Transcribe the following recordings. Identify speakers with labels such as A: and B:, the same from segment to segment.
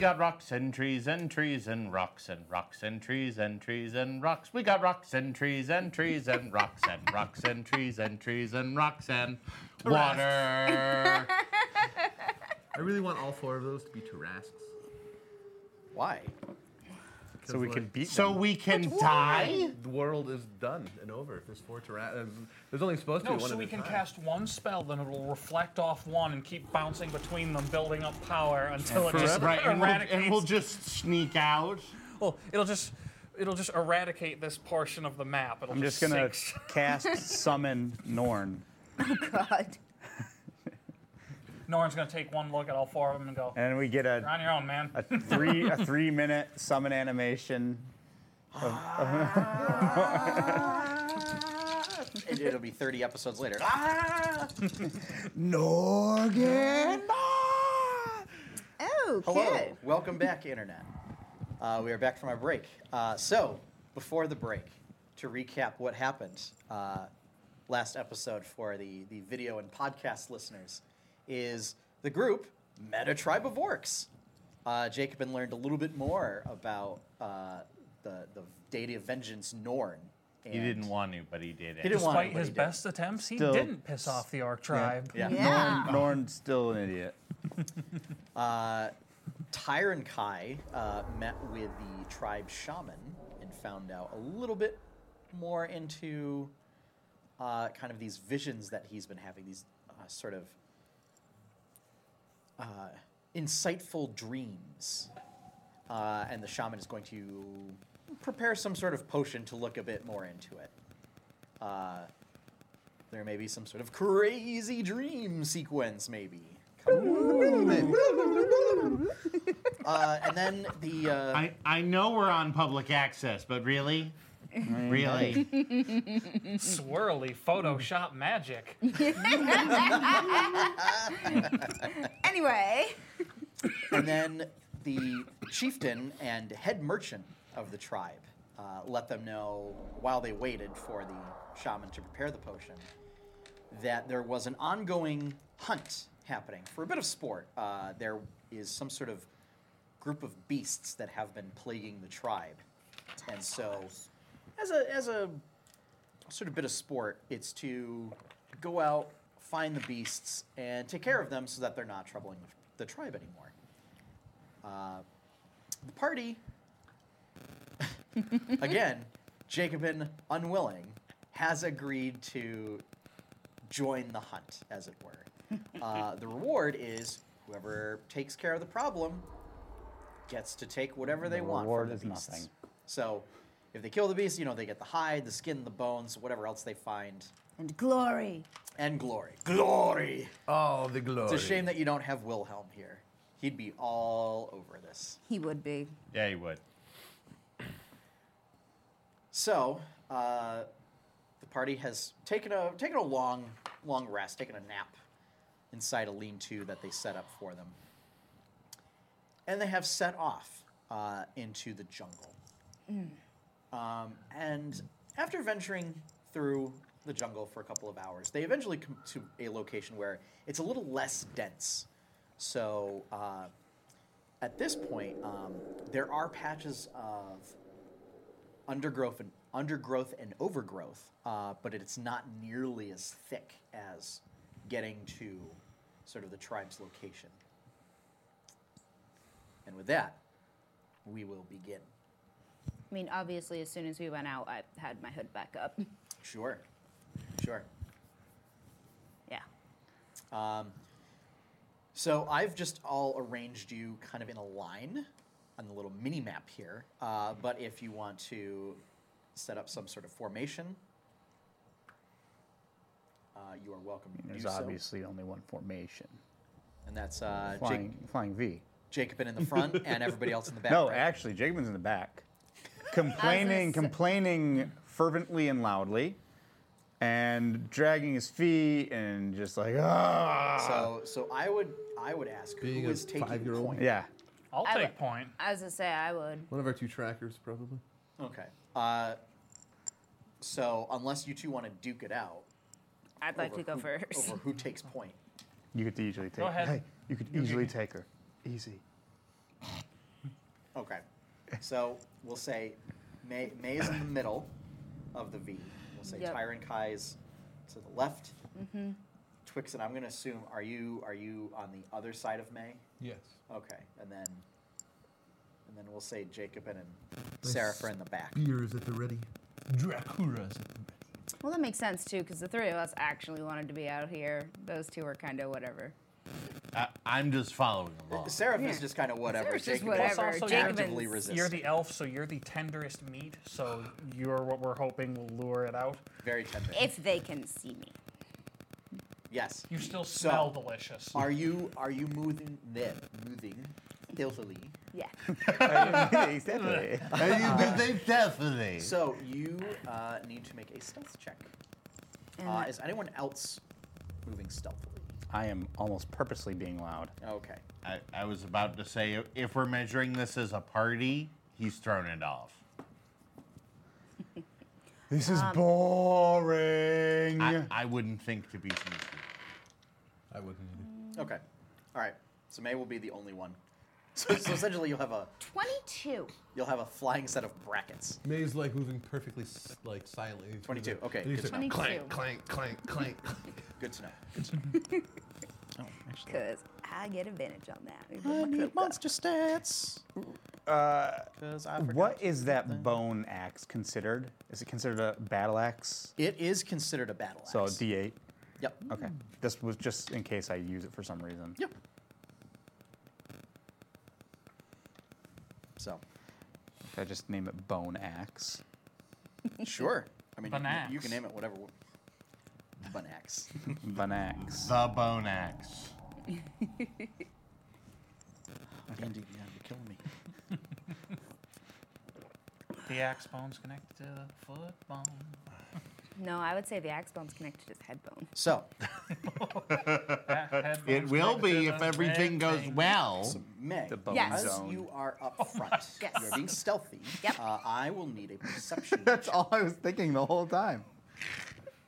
A: got rocks and trees and trees and rocks and rocks and trees and trees and rocks. We got rocks and trees and trees and rocks and rocks and trees and trees and rocks and water.
B: I really want all four of those to be Tarasks.
C: Why? So we can beat
A: so we can die?
B: The world is done and over. There's four Tarasks. There's only supposed to
D: No,
B: be one
D: Oh, so
B: at
D: we
B: a
D: can
B: time.
D: cast one spell, then it'll reflect off one and keep bouncing between them, building up power until it just
A: Right, and we'll,
D: eradicates.
A: and we'll just sneak out.
D: well, it'll just it'll just eradicate this portion of the map. It'll
C: I'm just gonna
D: sink.
C: cast summon Norn,
E: God.
D: Norn's gonna take one look at all four of them and go,
C: and we get
D: "You're
C: a,
D: on your own, man."
C: a three a three minute summon animation.
E: Ah.
C: It- It'll be 30 episodes later.
A: Norgan!
E: oh,
C: Hello,
E: kid.
C: welcome back, internet.
F: Uh, we are back from our break. Uh, so, before the break, to recap what happened uh, last episode for the, the video and podcast listeners, is the group met a tribe of orcs. Uh, Jacob and learned a little bit more about uh, the, the deity of vengeance, Norn.
A: He didn't want to, but he did it.
F: He didn't want
D: Despite
F: it, but
D: his
F: he did.
D: best attempts, he
C: Still-
D: didn't piss off the Orc tribe.
F: Yeah.
E: Yeah.
C: Norn's still an idiot.
F: Tyr and Kai uh, met with the tribe shaman and found out a little bit more into uh, kind of these visions that he's been having, these uh, sort of uh, insightful dreams. Uh, and the shaman is going to prepare some sort of potion to look a bit more into it. Uh, there may be some sort of crazy dream sequence, maybe. Uh, and then the uh,
A: I, I know we're on public access, but really? Really?
D: Swirly Photoshop magic.
E: Anyway.
F: and then the chieftain and head merchant of the tribe uh, let them know while they waited for the shaman to prepare the potion that there was an ongoing hunt happening for a bit of sport. Uh, there is some sort of group of beasts that have been plaguing the tribe, and so as a as a sort of bit of sport, it's to go out, find the beasts, and take care of them so that they're not troubling the tribe anymore. Uh, the party, again, Jacobin, unwilling, has agreed to join the hunt, as it were. Uh, the reward is whoever takes care of the problem gets to take whatever they want.
C: reward
F: from the
C: is
F: beasts.
C: nothing.
F: So, if they kill the beast, you know they get the hide, the skin, the bones, whatever else they find,
E: And glory.
F: and glory. Glory.
B: Oh, the glory.
F: It's a shame that you don't have Wilhelm here. He'd be all over this.
E: He would be.
A: yeah, he would.
F: So, uh, the party has taken a taken a long, long rest, taken a nap inside a lean-to that they set up for them, and they have set off uh, into the jungle. Um, and after venturing through the jungle for a couple of hours, they eventually come to a location where it's a little less dense. So, uh, at this point, um, there are patches of undergrowth and undergrowth and overgrowth, uh, but it's not nearly as thick as getting to sort of the tribe's location. And with that, we will begin.
E: I mean, obviously, as soon as we went out, I had my hood back up.
F: Sure, sure.
E: Yeah.
F: So I've just all arranged you kind of in a line on the little mini map here. Uh, but if you want to set up some sort of formation, uh, you are welcome to
C: There's
F: do so.
C: obviously only one formation.
F: And that's uh, Jake,
C: Flying, flying V.
F: Jacobin in the front and everybody else in the back.
C: No,
F: right?
C: actually, Jacobin's in the back, complaining,
E: say-
C: complaining fervently and loudly, and dragging his feet and just like ah.
F: So, so I would, I would ask
B: Being
F: who
B: a
F: is taking
B: five-year-old.
F: point.
C: yeah,
D: I'll
E: I
D: take
E: would-
D: point.
E: I was gonna say I would.
B: One of our two trackers, probably.
F: Okay. Uh, so unless you two want to duke it out,
E: I'd like to
F: over
E: go
F: who-
E: first.
F: over who takes point.
C: you could easily take.
D: ahead.
C: Hey, you could easily take her. Easy.
F: Okay. So we'll say May, May is in the middle of the V. We'll say
E: Yep.
F: Tyron Kai's to the left. Twix and I'm going to assume are you are you on the other side of May?
G: Yes.
F: Okay, and then and then we'll say Jacob and Sarah are in the back.
G: Beers at the ready. Dracula's at the ready.
E: Well, that makes sense too, because the three of us actually wanted to be out here. Those two were kind of whatever.
A: I, I'm just following along.
F: Oh, Seraph is
E: Yeah.
F: just kind of whatever.
E: Seraph's just
F: Jacob
E: whatever.
F: is
D: Plus, also, you're-
F: actively
E: Jacobin's-
F: resisting.
D: You're the elf, so you're the tenderest meat, so you're what we're hoping will lure it out.
F: very tender.
E: If they can see me.
F: yes.
D: You still smell
F: So,
D: delicious.
F: Are you are you moving there? Moving stealthily.
E: Yeah.
C: exactly.
A: And you can think definitely.
F: So you uh, need to make a stealth check.
E: And
F: Uh,
E: that-
F: is anyone else moving stealthily?
C: I am almost purposely being loud.
F: Okay.
A: I, I was about to say, if we're measuring this as a party, he's thrown it off.
C: This is
D: Um,
C: boring.
A: I, I wouldn't think to be sneaky.
G: I wouldn't either.
F: Okay. All right. So May will be the only one. So, so essentially, you'll have a
E: 22.
F: you'll have a flying set of brackets.
G: May's like moving perfectly s- like silently. through
F: 22,
G: the-
F: okay,
G: and you
F: good
G: just
F: to
G: hear
E: know.
G: Clank,
E: 22.
G: clank, clank, clank. clank.
F: Good to know. Oh,
E: Because I get advantage on that. Let me put my cloak up.
F: stats. Because I forgot.
C: Uh, What is that bone axe considered? Is it considered a battle axe?
F: It is considered a battle axe.
C: So a D8.
F: yep.
C: Okay. This was just in case I use it for some reason.
F: Yep. So
C: Should I just name it bone axe.
F: sure. I mean, you can, you
D: Banax.
F: can name it whatever. Bun axe.
C: Bone axe.
A: The bone axe.
F: Andy, you gotta be killing me.
D: the axe bone's connected to the foot bone.
E: No, I would say the axe bone's connected to the head bone.
F: So
D: That head
A: It
D: bone's
A: will
D: connected
A: be
D: to
A: if
D: the
A: everything
D: leg
A: goes
D: thing.
A: well.
F: May,
C: The bone
E: Yes.
F: as
C: zone.
F: you are up front,
E: Yes.
F: you're being stealthy.
E: Yep.
F: Uh, I will need a perception.
C: That's
F: check.
C: all I was thinking the whole time.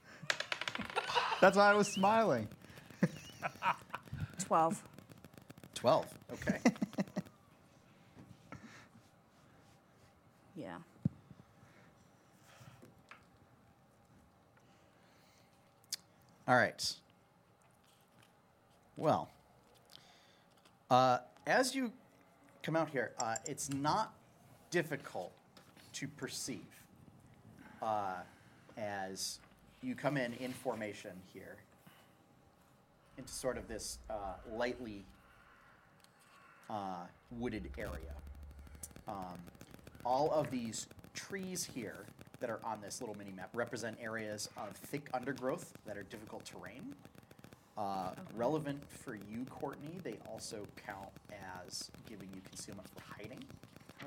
C: That's why I was smiling.
E: 12.
F: Twelve. Okay.
E: Yeah.
F: All right. Well, uh, as you come out here, uh, it's not difficult to perceive uh, as you come in in formation here into sort of this uh, lightly uh, wooded area. Um, all of these trees here that are on this little mini map represent areas of thick undergrowth that are difficult terrain. Uh, Relevant for you, Courtney, they also count as giving you concealment for hiding.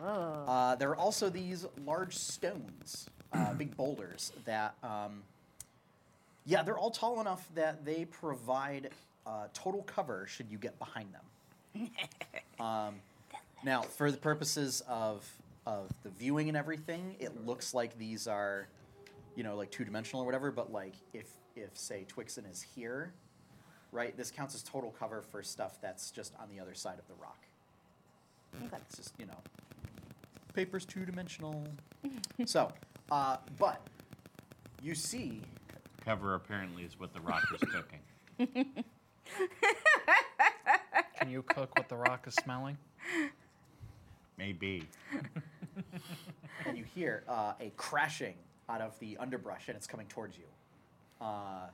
F: Uh, there are also these large stones, uh, big boulders that, um, yeah, they're all tall enough that they provide uh, total cover should you get behind them. Now, for the purposes of of the viewing and everything, it looks like these are, you know, like two dimensional or whatever. But like, if if say Twixen is here, right, this counts as total cover for stuff that's just on the other side of the rock.
E: Okay.
F: It's just you know, paper's two dimensional. so, uh, but you see,
A: Cover apparently is what the rock is cooking.
D: Can you cook what the rock is smelling?
A: Maybe.
F: and you hear uh, a crashing out of the underbrush, and it's coming towards you. Uh,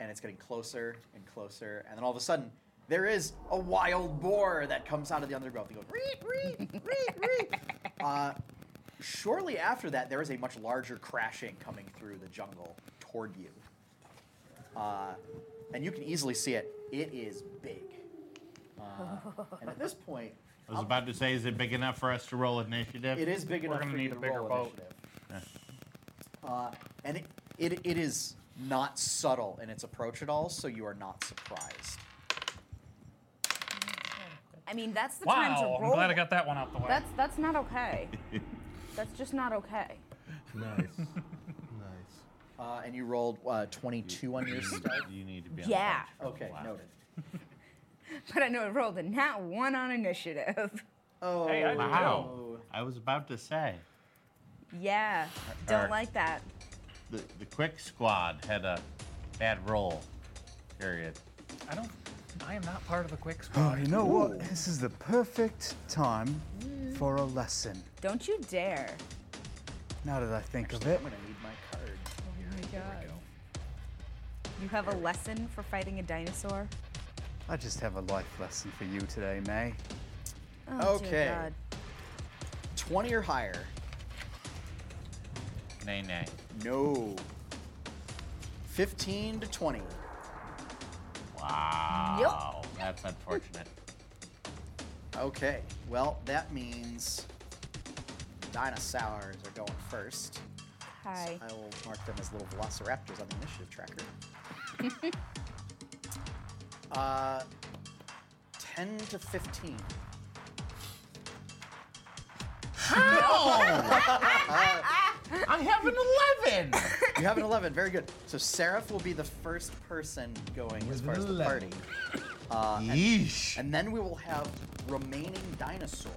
F: and it's getting closer and closer, and then all of a sudden, there is a wild boar that comes out of the undergrowth. You go, reek, reek, reek, reek. Uh, shortly after that, there is a much larger crashing coming through the jungle toward you. Uh, and you can easily see it. It is big. Uh, and at this point,
A: I was about to say, is it big enough for us to roll initiative?
F: it is big
D: We're
F: enough
D: gonna
F: for you
D: need
F: to
D: a bigger
F: roll
D: boat.
F: initiative. Uh, and it, it, it is not subtle in its approach at all, so you are not surprised.
E: I mean, that's the time to
D: Wow,
E: roll.
D: I'm glad I got that one out the way.
E: That's that's not okay. that's just not okay.
G: Nice. nice.
F: Uh, and you rolled uh, 22 on your stealth.
A: You need to be on the
E: Yeah.
A: bench for a
F: Okay,
A: while.
F: noted.
E: But I know it rolled a nat one on initiative.
F: Oh,
D: Hey, I-
A: Wow.
F: no.
A: I was about to say
E: Yeah, don't
A: Alright.
E: like that.
A: the, the quick squad had a bad roll. Period.
D: I don't. I am not part of the quick
C: Oh,
D: squad.
C: you know what? This is the perfect time for a lesson.
E: Don't you dare.
C: Now that I think of
F: I'm
C: it,
F: gonna need my card.
E: You have a lesson for fighting a dinosaur?
C: I just have a life lesson for you today, May.
E: Oh, dear
F: Okay.
E: God.
F: Twenty or higher.
A: Nay, nay.
F: No. Fifteen to twenty.
A: Wow. That's unfortunate.
F: Okay. Well, that means dinosaurs are going first.
E: Hi.
F: I will mark them as little velociraptors on the initiative tracker. uh, 10 to 15.
A: I have an 11.
F: You have an 11. Very good. So Seraph will be the first person going as
G: With
F: far
G: an
F: as the
G: 11.
F: party. Uh, and-
A: Yeesh.
F: and then we will have remaining dinosaur.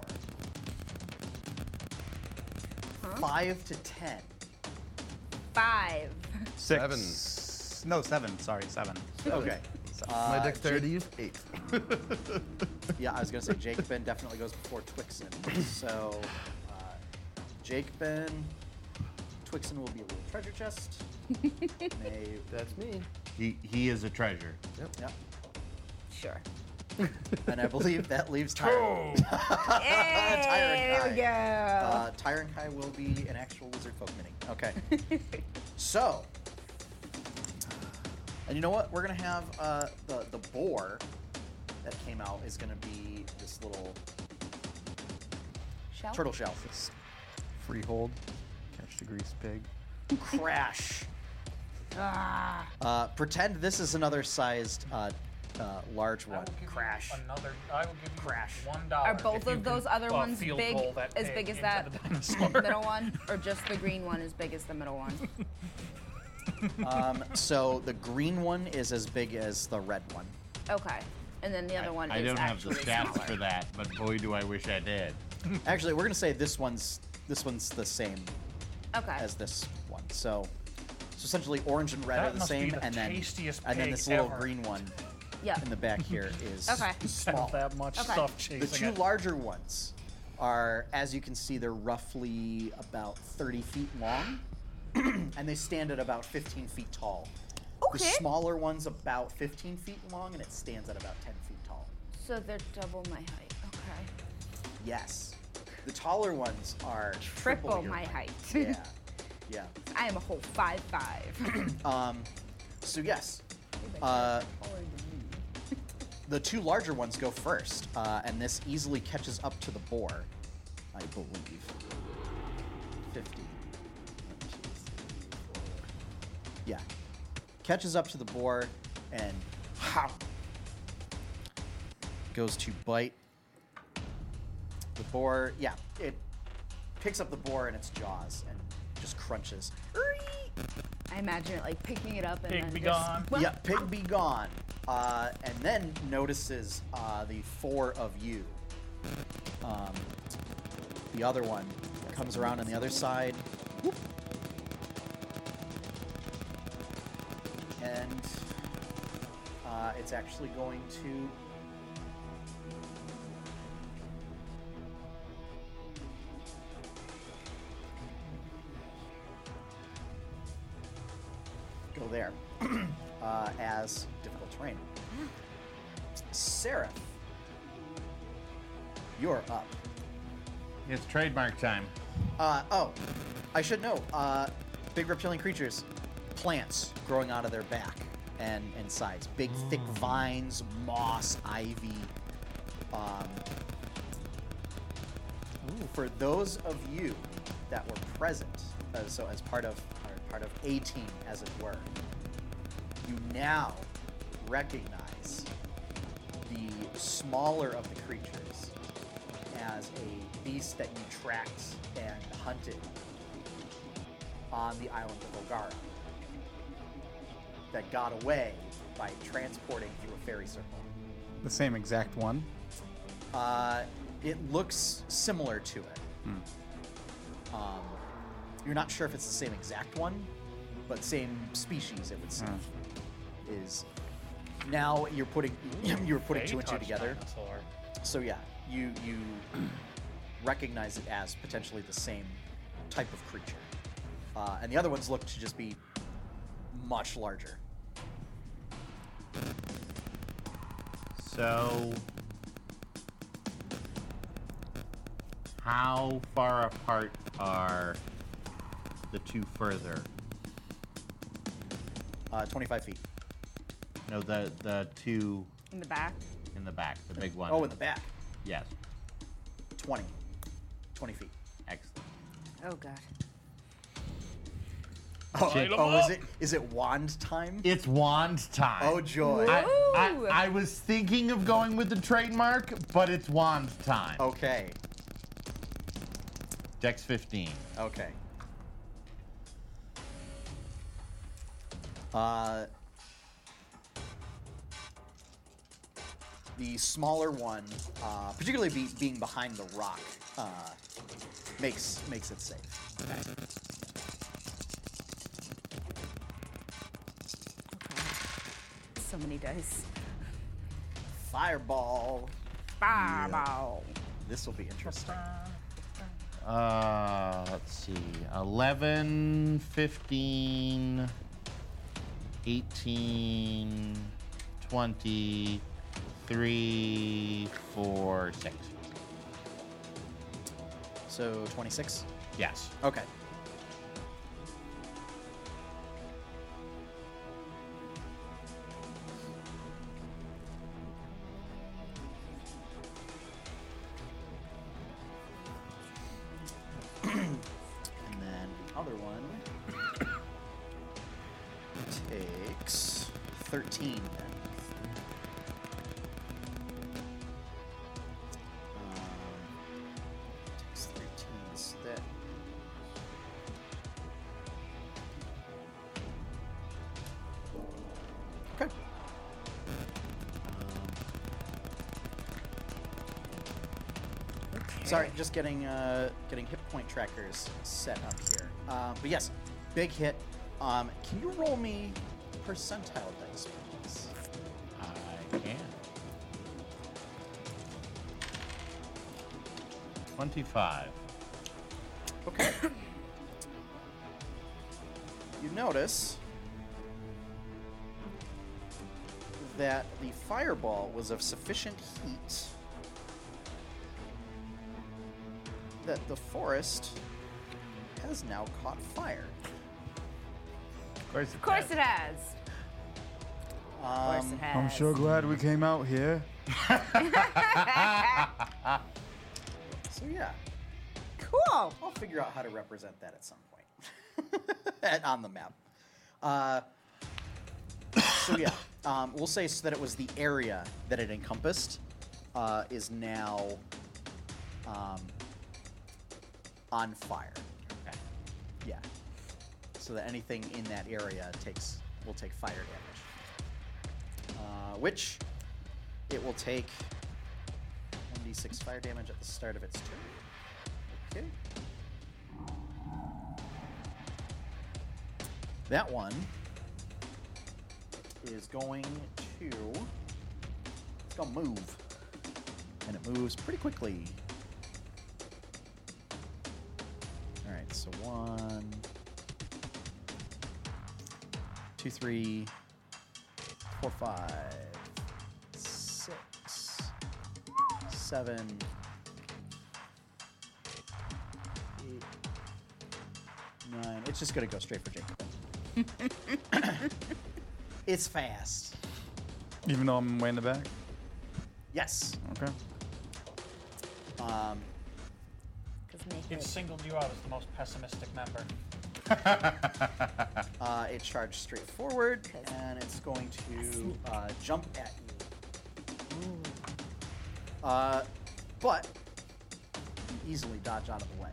F: Five to 10.
E: Five.
C: Six. Seven. No, seven. Sorry, seven.
F: Okay. Uh,
G: My dexterity is eight.
F: Yeah, I was gonna say Jake Ben definitely goes before Twixen. So uh, Jake Ben, Twixen will be a little treasure chest. May,
B: That's me.
A: He, he is a treasure.
F: yep.
E: Sure.
F: And I believe that leaves Tyron.
E: Yay,
F: Tyrant
E: there
F: Uh, Tyron Kai will be an actual lizard folk mini. Okay. so, and you know what? We're gonna have uh, the the boar that came out is gonna be this little
E: we go.
F: turtle shell.
C: Freehold. Catch the grease pig.
F: crash. Uh, pretend this is another sized, uh, uh, large
D: I will
F: one.
D: give you
F: Crash.
D: Another. I will give you
F: Crash.
D: One dollar.
E: Are both
D: if you
E: of those
D: can,
E: other
D: uh,
E: ones
D: field
E: big,
D: goal that
E: as
D: pig
E: big as
D: into
E: that
D: the dinosaur.
E: middle one, or just the green one as big as the middle one?
F: Um, so the green one is as big as the red one.
E: Okay. And then the other one
A: I
E: is
A: don't have the
E: actually
A: stats
E: smaller.
A: for that, but boy, do I wish I did.
F: Actually, we're gonna say this one's this one's the same
E: Okay.
F: as this one. So, so essentially, orange and red
D: That
F: are the
D: must be
F: same,
D: the
F: and then
D: tastiest
F: and then
D: pig
F: this little
D: ever.
F: green one
E: yeah.
F: in the back here is
E: Okay.
F: small.
D: that much
E: Okay.
D: stuff
F: The
D: chasing
F: two
D: it.
F: larger ones are, as you can see, they're roughly about 30 feet long, and they stand at about 15 feet tall. The
E: Okay.
F: smaller one's about 15 feet long, and it stands at about 10 feet tall.
E: So they're double my height. Okay.
F: Yes. The taller ones are triple,
E: Triple
F: your
E: my height.
F: Yeah. Yeah.
E: I am a whole five five.
F: Um, so yes, uh, the two larger ones go first, uh, and this easily catches up to the boar, I believe. 50. Yeah. Catches up to the boar and how goes to bite the boar. Yeah, it picks up the boar in its jaws and just crunches.
E: I imagine it like picking it up and
D: Pig
E: then
D: be
E: just-
D: gone.
E: Well,
F: Yeah, pig be gone. Uh, and then notices uh, the four of you. Um, the other one comes around on the other side. Whoop. And uh, it's actually going to. Go there uh, as difficult terrain. Seraph, you're up.
A: It's trademark time.
F: Uh, oh, I should know. Uh, big reptilian creatures, plants growing out of their back and, and sides. Big, thick vines, moss, ivy. Um, for those of you that were present, uh, so as part of or part of A team, as it were, you now recognize the smaller of the creatures as a beast that you tracked and hunted on the island of Ogara that got away by transporting through a fairy circle.
C: The same exact one.
F: Uh, It looks similar to it. Um, you're not sure if it's the same exact one, but same species. It would seem is. Now you're putting you're putting
D: They
F: two and two
D: touch
F: together.
D: dinosaur.
F: So yeah, you you recognize it as potentially the same type of creature, uh, and the other ones look to just be much larger.
A: So, how far apart are the two further?
F: Uh, 25 feet.
A: No, the the two
E: In the back.
A: in the back, the big one.
F: Oh, in the back,
A: yes,
F: 20, 20 feet.
A: excellent.
E: Oh god.
F: Oh,
A: Shit.
F: oh is it is it wand time?
A: It's wand time.
F: Oh joy.
A: I,
E: Ooh.
A: I, I was thinking of going with the trademark, but it's wand time.
F: Okay,
A: Dex 15.
F: okay. Uh, the smaller one, uh, particularly be, being behind the rock, uh, makes makes it safe.
E: So many dice.
F: Fireball.
E: Fireball.
F: This will be interesting.
A: Uh, let's see. 11, 15, 18, 20, 3, 4, 6.
F: So 26.
A: Yes.
F: Okay. and then the other one takes 13 then. Um, takes 13, so that Okay. Sorry, just getting uh, getting hit point trackers set up here. Uh, but yes, big hit. Um, can you roll me percentile dice, please?
A: I can. 25.
F: Okay. you notice that the fireball was of sufficient heat that the forest has now caught fire.
A: Of course,
E: Of course it has. Of course it
F: Um,
E: has.
C: I'm sure glad we came out here.
F: so yeah,
E: Cool.
F: I'll figure out how to represent that at some point At- on the map. Uh, so yeah, um, we'll say so that it was the area that it encompassed uh, is now um, on fire.
A: Okay.
F: Yeah. So that anything in that area takes will take fire damage. Uh, which it will take 1d6 fire damage at the start of its turn. Okay. That one is going to it's gonna move. And it moves pretty quickly. All right, so one, two, three, four, five, six, seven, eight, nine. It's just gonna go straight for Jacob. it's fast.
C: Even though I'm way in the back.
F: Yes.
C: Okay.
F: Um,
E: Because make
D: It singled you out as the most pessimistic member.
F: Uh, it charged straight forward,
E: Cause
F: and it's going
E: sneak.
F: to uh, jump at you. Uh, but you easily dodge out of the way.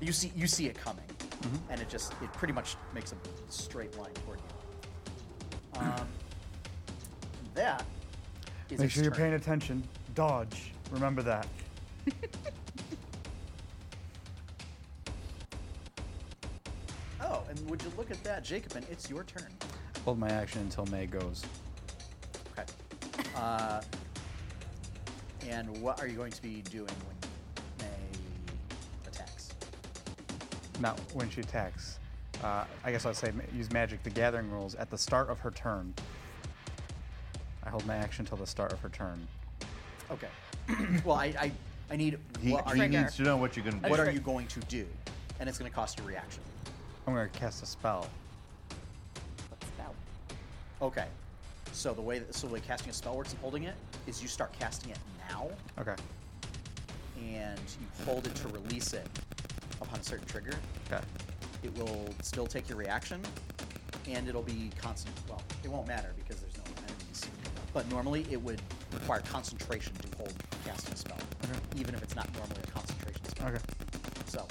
F: You see, you see it coming,
H: Mm-hmm.
F: and it just it pretty much makes a straight line toward you. Um, that is
H: Make
F: its
H: sure you're
F: turn.
H: paying attention. Dodge. Remember that.
F: Oh, and would you look at that, Jacobin? It's your turn.
C: Hold my action until May goes.
F: Okay. Uh, and what are you going to be doing when May attacks?
C: Not when she attacks. Uh, I guess I'd say ma- use Magic the Gathering rules at the start of her turn. I hold my action until the start of her turn.
F: Okay. well, I, I, I need.
A: He,
F: what are,
A: he
F: you,
E: Trigger.
A: needs to know what you're gonna do.
F: what are
E: Trigger.
F: you going to do? And it's going to cost you a reaction.
C: I'm gonna cast a spell.
E: What spell?
F: Okay. So the way that, so the way casting a spell works and holding it is you start casting it now,
C: Okay.
F: and you hold it to release it upon a certain trigger.
C: Okay.
F: It will still take your reaction, and it'll be constant. Well, it won't matter because there's no enemies. But normally it would require concentration to hold casting a spell, even if it's not normally a concentration spell.
C: Okay.
F: So,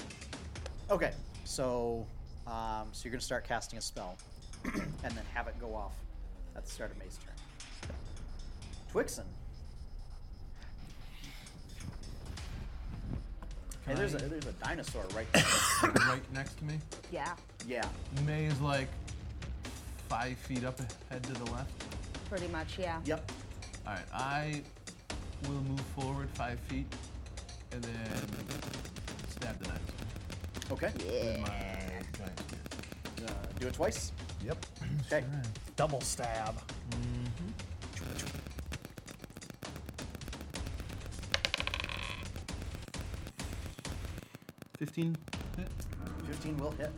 F: okay. So, um, so you're gonna start casting a spell, and then have it go off at the start of May's turn. Twixen. Hey, there's a there's a dinosaur right there.
G: right next to me.
E: Yeah,
F: yeah.
G: May is like five feet up ahead to the left.
E: pretty much. Yeah.
F: Yep.
G: All right, I will move forward five feet and then stab the knife
F: Okay.
G: with my giant spear.
F: Uh, do it twice.
G: Yep.
F: Okay.
D: Double stab.
G: Fifteen. hit.
F: Fifteen will hit.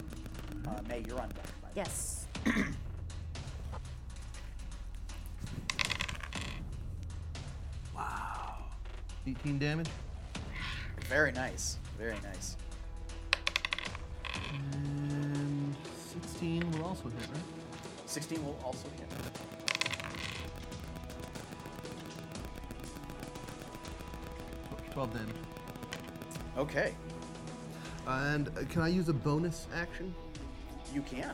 F: Uh, May, you're on deck. by the way.
E: Yes.
G: Eighteen damage.
F: Very nice. Very nice.
G: And sixteen will also hit, right?
F: 16 will also hit.
G: Tw- Twelve damage.
F: Okay.
G: And uh, can I use a bonus action?
F: You can.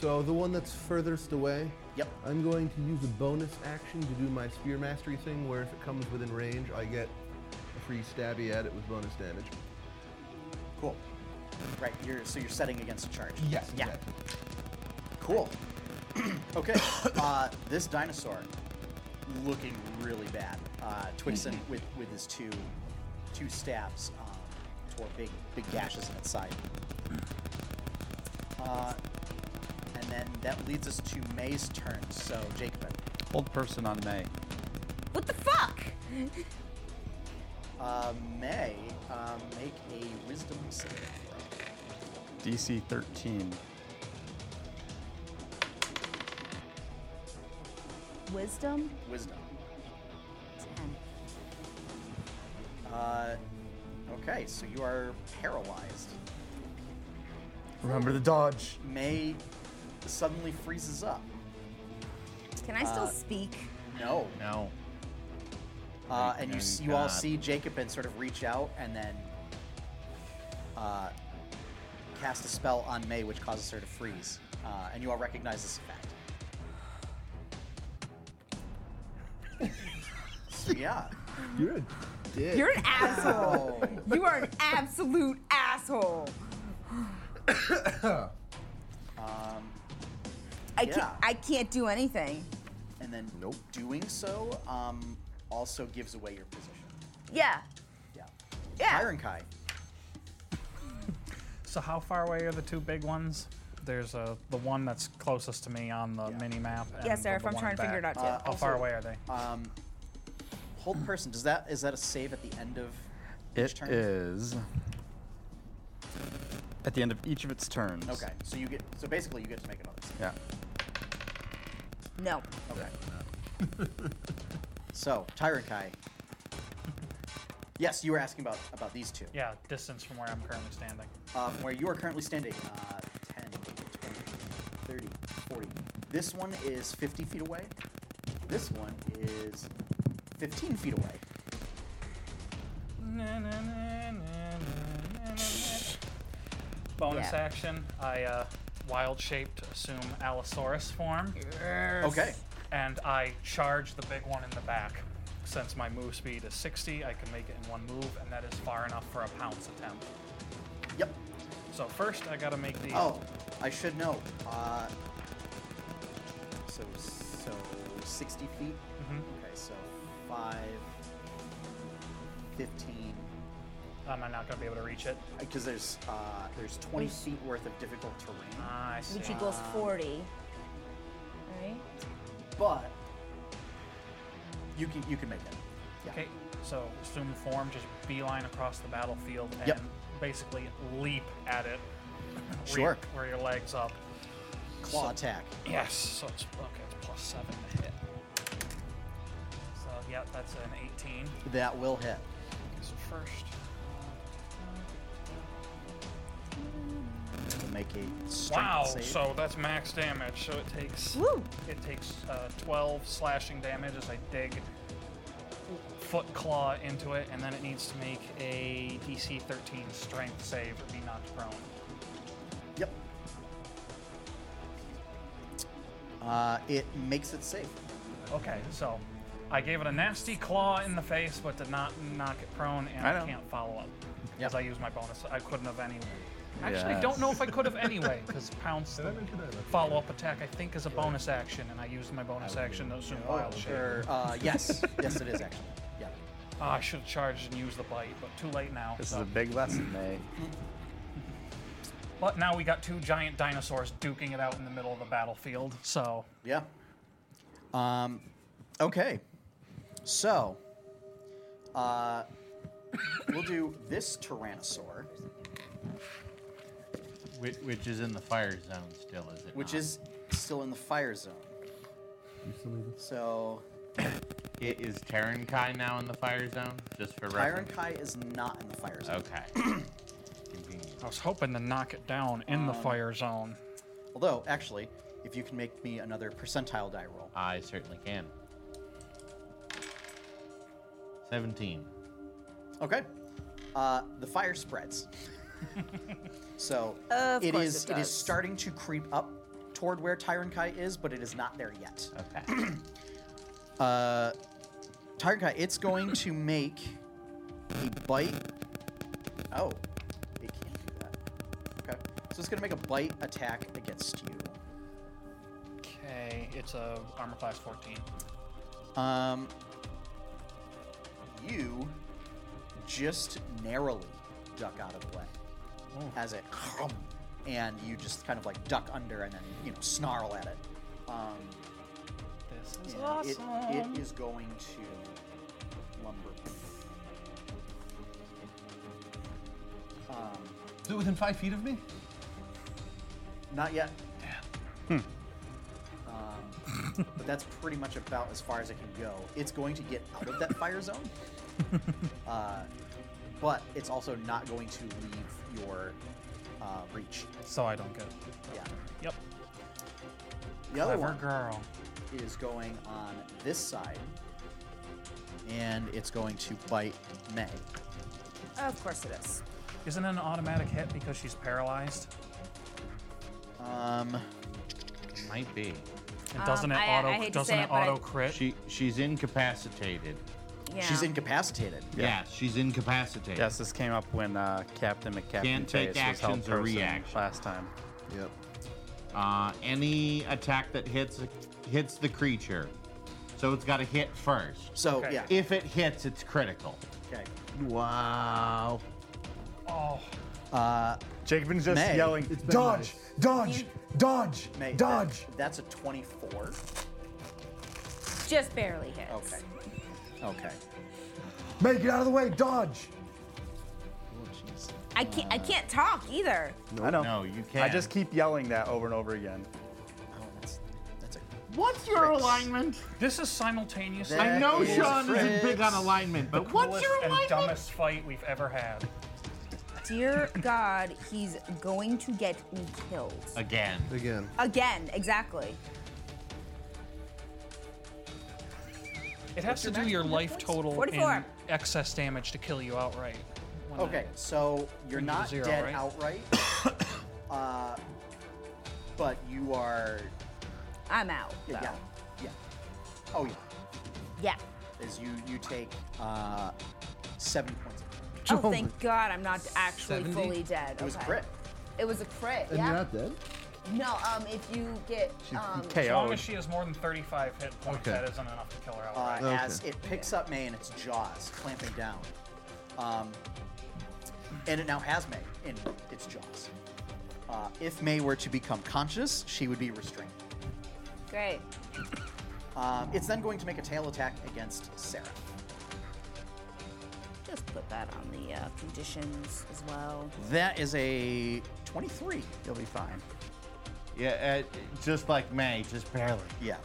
G: So the one that's furthest away.
F: Yep.
G: I'm going to use a bonus action to do my spear mastery thing, where if it comes within range, I get a free stabby at it with bonus damage.
F: Cool. Right. You're so you're setting against a charge. Yeah.
G: exactly.
F: Cool. okay. Uh, this dinosaur looking really bad. Uh, Twixen with, with his two two stabs um, tore big big gashes in its side. Uh, and then that leads us to May's turn. So Jacobin,
C: Hold person on May.
E: What the fuck?
F: uh, May uh, make a Wisdom saving throw.
C: DC 13.
E: Wisdom.
F: Wisdom.
E: Ten.
F: Uh, okay, so you are paralyzed.
C: Remember the dodge.
F: May suddenly freezes up.
E: Can I still
F: Uh,
E: speak?
F: No.
A: No.
F: Uh,
A: Thank
F: and you
A: you,
F: s- you all
A: God.
F: see Jacobin sort of reach out and then uh, cast a spell on May, which causes her to freeze. Uh, and you all recognize this effect. so yeah.
G: You're a dick.
E: You're an asshole.
F: Oh,
E: you are an absolute asshole. I can't.
F: yeah.
E: I can't do anything.
F: and then doing so um, also gives away your position.
E: Yeah.
F: Yeah.
E: Yeah.
F: Iron Kai.
D: So how far away are the two big ones? There's uh, the one that's closest to me on the
F: Yeah.
D: mini map. And
E: Yes,
D: the-
E: Seraph,
D: the
E: I'm
D: one
E: trying to figure it
D: back.
E: out
F: Uh,
E: too.
D: How far
F: Also,
D: away are they?
F: Um, hold person. Does that is that a save at the end of each
C: It
F: turn?
C: is at the end of each of its turns.
F: Okay. So you get so basically you get to make another save.
C: Yeah.
E: no.
F: Okay. so Tyrant Kai. Yes, you were asking about about these two.
D: yeah, distance from where I'm currently standing.
F: Uh, from where you are currently standing, uh, 10, 20, 30, 40. This one is 50 feet away. This one is 15 feet away.
D: Bonus
E: Yeah.
D: action. I uh, wild shaped assume Allosaurus form,
F: Okay.
D: and I charge the big one in the back. since my move speed is 60, I can make it in one move, and that is far enough for a pounce attempt.
F: Yep.
D: So first, I gotta make the.
F: Oh, I should know. Uh, so so 60 feet.
D: Mhm.
F: Okay, so 5, 15.
D: Am I not gonna be able to reach it?
F: Because there's uh, there's 20 feet worth of difficult terrain,
D: Ah, I see.
E: Which equals 40. Right?
F: but you can you can make it. Yeah.
D: Okay, so assume form, just beeline across the battlefield, and
F: Yep.
D: basically leap at it.
F: Sure.
D: Where your legs up.
F: Claw attack.
D: Yes. So it's okay. It's plus seven to hit. So yeah, that's an 18.
F: That will hit.
D: So first,
F: To make a strength
D: wow.
F: save.
D: So that's max damage. So it takes
E: Woo!
D: it takes uh, 12 slashing damage as I dig foot claw into it, and then it needs to make a DC 13 strength save or be knocked prone.
F: Yep. Uh, it makes it safe.
D: Okay, so I gave it a nasty claw in the face, but did not knock it prone, and
C: I
D: I,
C: know.
D: can't follow up
F: Yep.
D: because I used my bonus. I couldn't have anyway. Actually, I don't know if I could have anyway because pounce the follow up attack I think is a bonus action, and I used my bonus action to assume wild shape.
F: Or, uh, yes, yes, it is actually. Yeah.
D: Ah, I should have charged and used the bite, but too late now.
C: This is
D: so- Mm-hmm.
C: a big lesson, May.
D: But now we got two giant dinosaurs duking it out in the middle of the battlefield. So
F: Yeah. Um, okay. So, uh, we'll do this Tyrannosaur,
A: Which, which is in the fire zone still, is it?
F: which
A: not?
F: is still in the fire zone. So,
A: I- is Terran Kai now in the fire zone? Just for
F: Iron
A: reference.
F: Kai is not in the fire zone.
A: Okay. Convenient.
D: I was hoping to knock it down in the fire zone.
F: Although, actually, if you can make me another percentile die roll.
A: I certainly can. Seventeen.
F: Okay. Uh, the fire spreads. so
E: Of
F: it
E: course
F: is
E: it
F: it is
E: does.
F: starting to creep up toward where Tyron Kai is, but it is not there yet.
A: Okay.
F: Uh, Tyron Kai, it's going to make a bite. Oh, it can't do that. Okay, so it's going to make a bite attack against you.
D: Okay, it's a armor class 14.
F: Um, you just narrowly duck out of the way
B: Oh.
F: as it, and you just kind of like duck under and then you know snarl at it. Um,
D: This is
F: and
D: awesome.
F: it, it is going to lumber. Um,
B: Is it within five feet of me?
F: Not yet. Um, but that's pretty much about as far as it can go. It's going to get out of that fire zone, uh, but it's also not going to leave your uh, reach.
D: so I don't get it.
F: Yeah.
D: Yep.
F: The other
D: Clever
F: one
D: girl.
F: is going on this side, and it's going to bite May.
E: Of course it is.
D: Isn't it an automatic hit because she's paralyzed?
F: Um,
A: Might be.
D: And doesn't
E: Um, I-
D: it
E: I
D: auto
E: hate to
D: doesn't
E: say
D: it,
E: it, but I-
D: auto crit?
A: She she's incapacitated.
E: Yeah.
F: She's incapacitated.
A: Yes, she's incapacitated.
C: Yes, this came up when uh, Captain McCaptain
A: Can't take
C: Face was held
A: actions or
C: person
A: reactions.
C: last time.
G: Yep.
A: Uh, any attack that hits hits the creature, so it's got to hit first.
F: So
D: Okay.
F: yeah.
A: If it hits, it's critical.
F: Okay.
A: Wow.
D: oh,
F: Uh,
C: Jacobin's just
F: May.
C: yelling,
F: It's
C: dodge, dodge, dodge,
F: May. that-
C: dodge.
F: that's a twenty-four.
E: Just barely hits.
F: Okay. Okay.
C: May, get out of the way, dodge.
F: Oh,
E: I can't, I can't talk either.
C: I know.
A: No, you can't.
C: I just keep yelling that over and over again.
D: Um,
F: Oh, that's, that's a
A: What's your
F: Six.
A: alignment?
D: this is simultaneously
F: That
A: I know
F: is
A: Sean isn't
F: six.
A: big on alignment,
D: the
A: but what's
D: coolest
A: your
D: and
A: alignment?
D: dumbest fight we've ever had.
E: Dear God, he's going to get me killed.
A: Again.
G: Again.
E: Again, exactly.
D: It has to do your life total
E: 44.
D: and excess damage to kill you outright. When
F: Okay,
D: I-
F: so you're
D: Bring you to
F: not
D: zero,
F: dead
D: right?
F: outright, uh, but you are.
E: I'm out.
F: Yeah,
E: though.
F: yeah, yeah. Oh yeah.
E: Yeah.
F: As you you take uh, seven points.
E: Oh, thank God, I'm not actually
B: 70?
E: fully dead.
F: It was
E: okay.
F: crit.
E: It was a crit.
G: And
E: yeah.
G: you're not dead?
E: No, um, if you get um,
D: As long
C: KO.
D: as she has more than 35 hit points,
G: Okay.
D: that isn't enough to kill her
F: Uh,
D: outright.
F: As it picks up May in its jaws, clamping down, um, and it now has May in its jaws. Uh, if May were to become conscious, she would be restrained.
E: great.
F: Um, it's then going to make a tail attack against Sarah.
E: Just put that on the uh, conditions as well.
F: That is a 23.
C: You'll be fine.
A: Yeah, uh, just like May, just barely.
F: Yeah.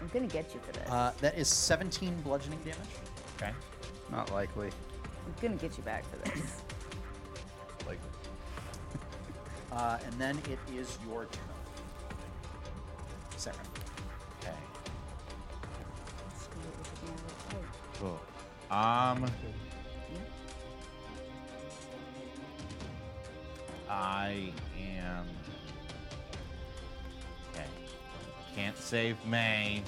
E: I'm gonna get you for this.
F: Uh, that is 17 bludgeoning damage.
A: Okay.
C: Not likely.
E: I'm gonna get you back for this.
B: Like,
F: Uh, and then it is your turn. Sarah.
A: Okay. Cool. Um. I am. Okay. Can't save May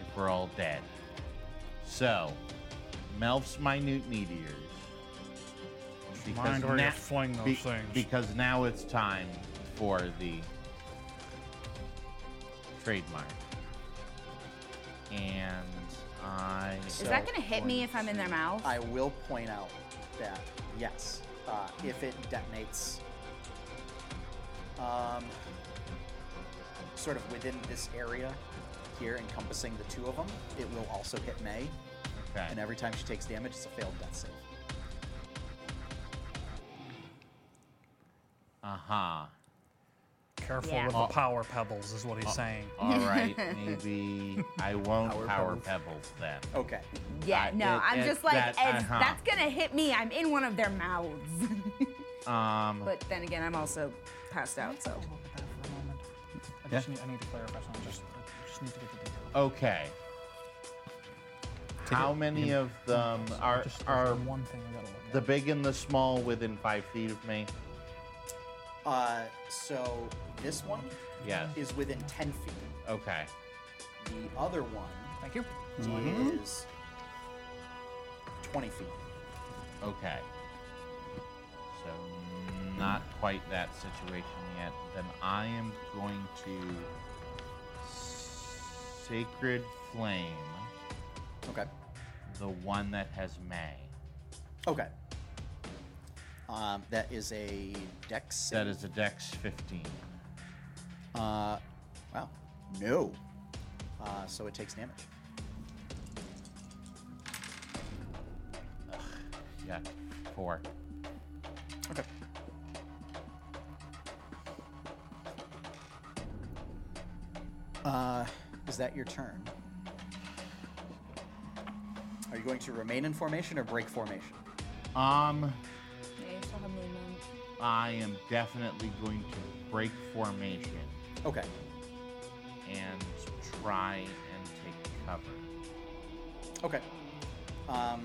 A: if we're all dead. So, Melf's minute meteors.
D: Mind where you fling those things.
A: Because now it's time for the trademark. And I.
E: Is that gonna hit me if I'm in their mouth?
F: I will point out that, yes, uh, if it detonates um, sort of within this area here, encompassing the two of them, it will also hit May.
A: Okay.
F: And every time she takes damage, it's a failed death save.
A: Uh-huh.
D: Careful
E: Yeah.
D: with the power pebbles, is what he's saying.
A: All right, maybe I won't power,
F: Power
A: pebbles.
F: pebbles.
A: then.
F: Okay.
E: yeah,
A: I-
E: no,
A: it-
E: I'm
A: it-
E: just like,
A: that-
E: it's-
A: uh-huh.
E: that's gonna hit me. I'm in one of their mouths.
A: Um,
E: but then again, I'm also passed out, so.
D: uh, I
C: Yeah.
D: just need, I need to clarify something. Just, I just need to get the details.
A: okay. How many of them are
D: Just- there's
A: are
D: one thing I gotta look
A: the
D: at.
A: big and the small within five feet of me?
F: Uh, so this one
A: Yeah.
F: is within 10 feet.
A: Okay.
F: The other one
D: Thank you.
F: is 20 feet.
A: Okay. So not quite that situation yet. Then I am going to sacred flame
F: Okay.
A: the one that has May.
F: Okay. Um, that is a dex. save.
A: That is a Dex 15.
F: Uh, wow. No. Uh, so it takes damage.
A: Yeah, four.
F: Okay. Uh, is that your turn? Are you going to remain in formation or break formation?
A: Um,
E: Yeah, you still have movement.
A: I am definitely going to break formation
F: Okay.
A: and try and take cover.
F: Okay. Um,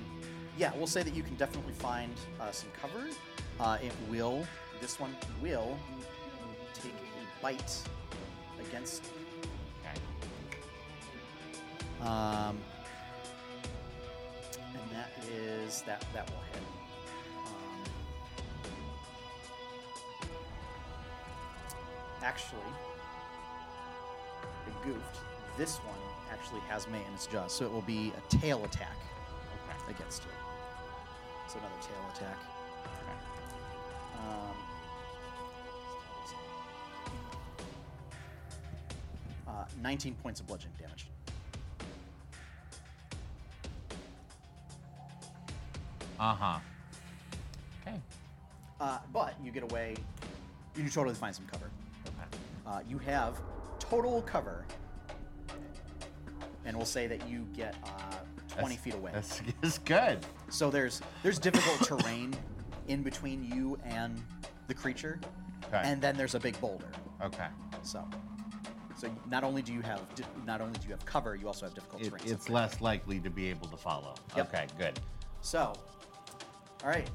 F: yeah, we'll say that you can definitely find uh, some cover. Uh, it will, this one will take a bite against.
A: Okay.
F: Um, and that is, that, that will hit. Um, actually, it goofed. This one actually has May in its jaws, so it will be a tail attack
A: Okay.
F: against it. So another tail attack.
A: okay.
F: Um, uh, 19 points of bludgeoning damage.
A: Uh huh. Okay.
F: Uh, but you get away. You can totally find some cover.
A: Okay.
F: Uh, you have total cover, and we'll say that you get uh, 20
A: That's-
F: feet away.
A: That's, that's good.
F: So there's there's difficult terrain in between you and the creature,
A: Okay.
F: and then there's a big boulder.
A: Okay.
F: So, so not only do you have not only do you have cover, you also have difficult
A: It,
F: terrain.
A: it's less likely to be able to follow.
F: Yep.
A: Okay, good.
F: So, all right.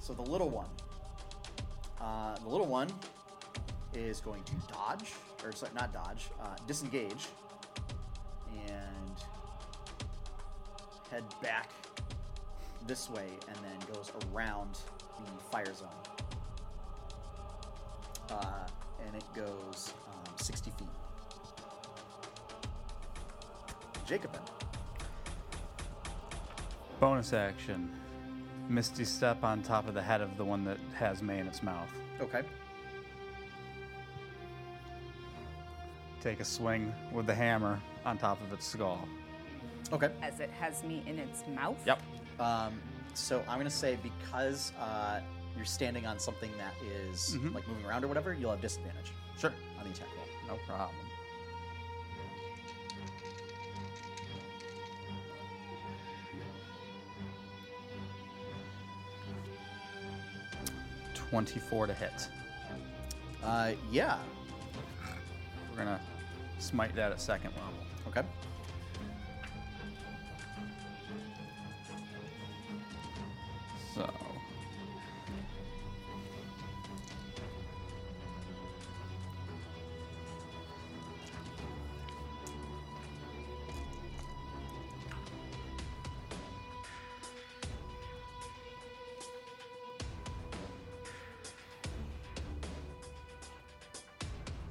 F: So the little one, uh, the little one is going to dodge, or sorry, not dodge, uh, disengage, and head back this way, and then goes around the fire zone. Uh, and it goes um, 60 feet. Jacobin.
C: Bonus action. Misty step on top of the head of the one that has May in its mouth.
F: Okay.
C: Take a swing with the hammer on top of its skull.
F: Okay.
E: As it has me in its mouth.
F: Yep. Um, so I'm gonna say because uh, you're standing on something that is, like moving around or whatever, you'll have disadvantage
C: Sure.
F: on the attack roll.
C: No problem. Twenty-four to hit.
F: Uh, yeah.
C: We're gonna smite that at second level.
F: Okay.
C: So.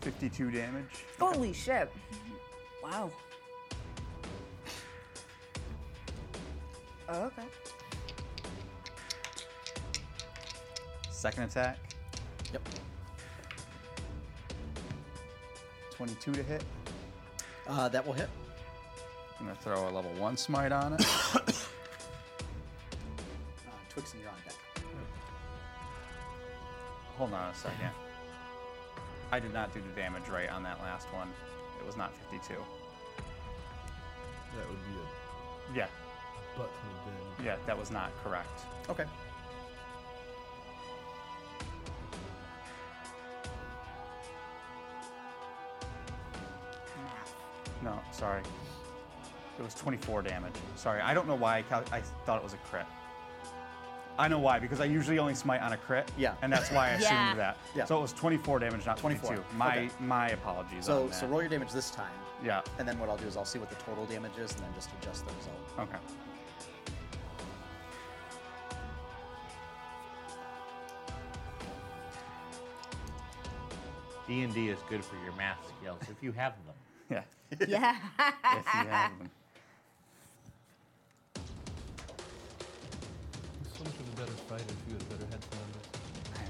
C: Fifty-two damage.
E: Holy shit. Wow. Oh, okay.
C: Second attack,
F: Yep.
C: twenty-two to hit.
F: Uh, that will hit.
C: I'm gonna throw a level one smite on it.
F: Uh, Twix and you're on deck.
C: Hold on a second. I did not do the damage right on that last one. It was not 52.
G: That would be a
C: Yeah,
G: butt ton of damage.
C: yeah, that was not correct.
F: Okay.
C: No, sorry. It was 24 damage. Sorry, I don't know why I, cal- I thought it was a crit. I know why, because I usually only smite on a crit.
F: Yeah.
C: And that's why I assumed
E: Yeah.
C: that.
F: Yeah.
C: So it was 24 damage, not
F: 24.
C: 22. My
F: Okay.
C: my apologies on
F: So
C: that.
F: so roll your damage this time,
C: Yeah,
F: and then what I'll do is I'll see what the total damage is, and then just adjust the result.
C: okay.
A: D and D is good for your math skills if you have them.
C: Yeah.
E: Yeah.
C: if you have them.
G: So much of a better fighter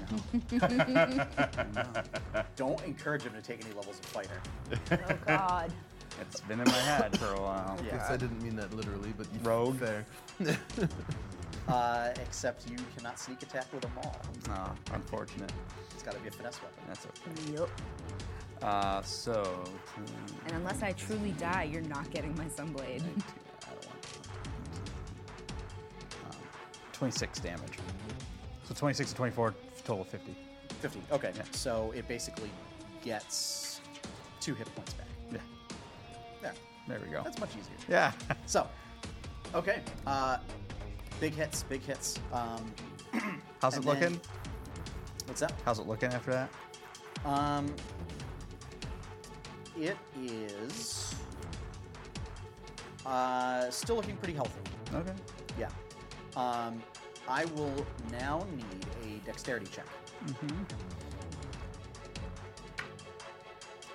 G: if you had a better head on
C: I know.
F: Don't encourage him to take any levels of fighter.
E: oh god.
C: It's been in my head for a while.
G: I guess I didn't mean that literally, but you
C: Rogue.
G: Fair.
F: Uh, except you cannot sneak attack with a maul.
C: No, uh, unfortunate.
F: It's got to be a finesse weapon.
C: That's okay.
E: Yup.
C: Uh, so. mm,
E: And unless I truly die, you're not getting my sunblade.
C: I don't want um, 26 damage. So 26 to 24, total of 50.
F: 50. Okay.
C: Yeah.
F: So it basically gets two hit points back.
C: Yeah,
F: There.
C: there we go.
F: That's much easier.
C: yeah.
F: So, okay. Uh, big hits, big hits. Um,
C: How's
F: and
C: it looking?
F: then- what's that?
C: How's it looking after that?
F: Um, it is uh, still looking pretty healthy.
C: Okay.
F: Yeah. Um, I will now need a dexterity check.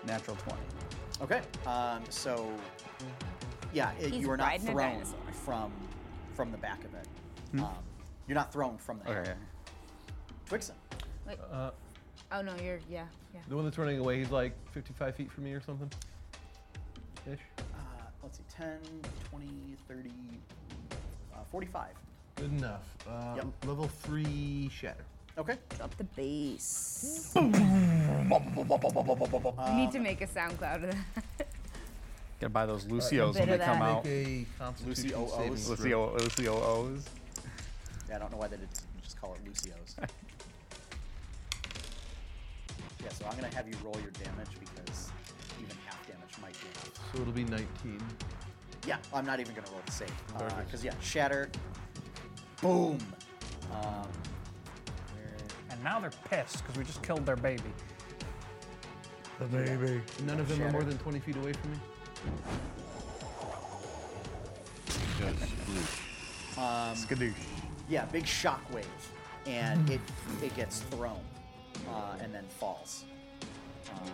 C: Natural 20.
F: Okay. Um, so, yeah, it,
E: He's
F: you are not
E: riding a
F: thrown
E: dinosaur.
F: from from the back of it. Um, you're not thrown from the.
C: Okay.
F: Twixen.
E: Wait.
G: Uh,
E: Oh no, you're yeah, yeah.
G: the one that's running away, he's like 55 feet from me or something. Ish.
F: Uh, let's see, 10, 20, 30, uh, 45.
G: Good enough. Uh,
F: Yep.
G: Level three shatter.
F: Okay.
E: Drop the bass.
F: Uh,
E: you need to make a sound cloud of that.
C: Gotta buy those Lucios
E: bit
C: when they
E: of
C: come
E: that.
C: out.
G: Make a Constitution
F: Lucy OOs.
G: saving throw.
C: Lucio, Lucio's.
F: Yeah, I don't know why they did just call it Lucio's. yeah, so I'm going to have you roll your damage because even half damage might be enough.
G: So it'll be 19.
F: Yeah, I'm not even going to roll the save.
G: Perfect.
F: Because, yeah, shatter. Boom. Um,
D: And now they're pissed because we just killed their baby.
G: The baby. None of them are more than 20 feet away from me.
B: Goes sploosh.
G: Um,
C: Skadoosh.
F: Yeah, big shockwave, and it it gets thrown, uh, and then falls. Um,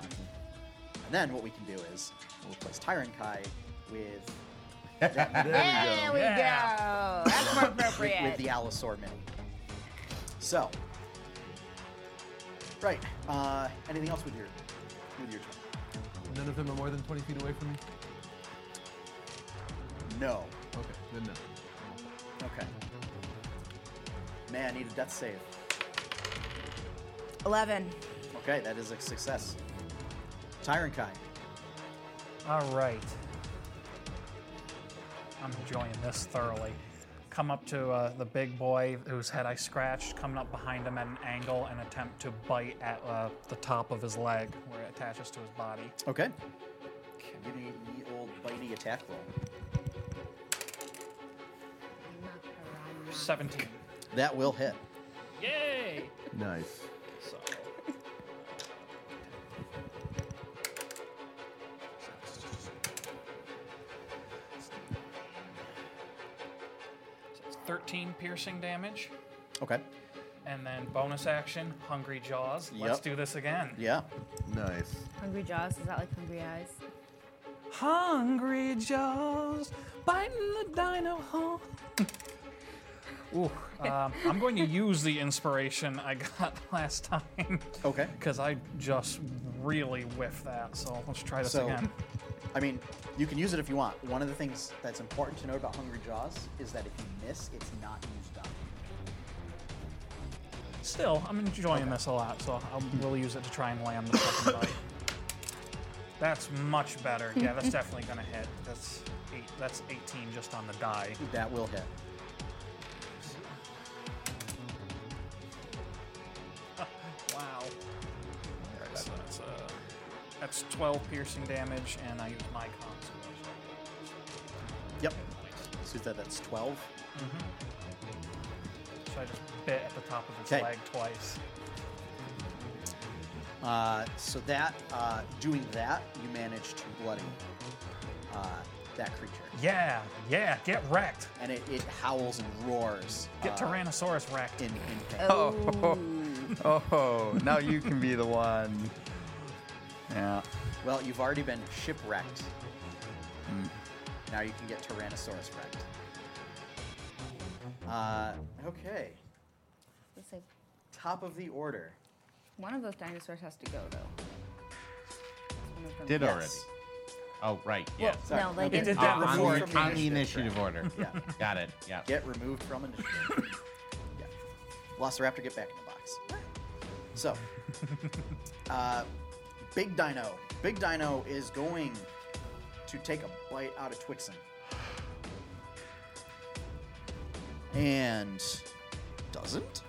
F: and then what we can do is we'll replace Tyron Kai with
E: There we
D: Yeah.
E: go. That's more
F: with,
E: appropriate.
F: with the Allosaur Mini. So, right. Uh, anything else with your with your turn?
G: None of them are more than 20 feet away from me.
F: No.
G: Okay, then no.
F: Okay. Man, I need a death save.
E: 11.
F: Okay, that is a success. Tyron Kai.
D: All right. I'm enjoying this thoroughly. Come up to uh, the big boy whose head I scratched, coming up behind him at an angle and attempt to bite at uh, the top of his leg where it attaches to his body.
F: Okay. Give me the old bitey attack roll.
D: 17.
F: That will hit.
D: Yay!
B: Nice.
D: So. So it's 13 piercing damage.
F: Okay.
D: And then bonus action, Hungry Jaws. Let's
F: Yep.
D: do this again.
F: Yeah.
B: Nice.
E: Hungry Jaws, is that like Hungry Eyes?
D: Hungry Jaws, biting the dino hole. Ooh, um, I'm going to use the inspiration I got last time
F: Okay.
D: because I just really whiffed that. So let's try this
F: So-
D: again.
F: I mean, you can use it if you want. One of the things that's important to note about Hungry Jaws is that if you miss, it's not used up.
D: Still, I'm enjoying this a lot, so I'll really use it to try and land the second bite. That's much better. Yeah, that's definitely gonna hit. That's eight. That's 18 just on the die.
F: That will hit.
D: Wow. So that's, uh, that's 12 piercing damage, and I use my con.
F: Yep. So that that's 12.
D: So I just bit at the top of his
F: Okay.
D: leg twice.
F: Uh, so that, uh, doing that, you manage to bloody uh, that creature.
D: Yeah, yeah, get wrecked.
F: And it, it howls and roars.
D: Get
F: uh,
D: Tyrannosaurus wrecked.
F: in, in pain.
C: Oh, now you can be the one. Yeah.
F: Well, you've already been shipwrecked. Now you can get Tyrannosaurus wrecked. Uh, okay.
E: Let's say
F: Top of the order.
E: one of those dinosaurs has to go, though. One of them-
A: Did
F: Yes.
A: already. Oh, right, yes.
F: Sorry.
E: No, like
F: It
E: in-
F: did
A: Uh,
F: that
A: on,
F: before
A: the,
F: from
A: on the
F: initiative,
A: initiative order.
F: Yeah.
A: Got it, yeah.
F: Get removed from initiative. yeah. Velociraptor, get back in the box. So, uh, Big Dino. Big Dino is going to take a bite out of Twixen. And doesn't?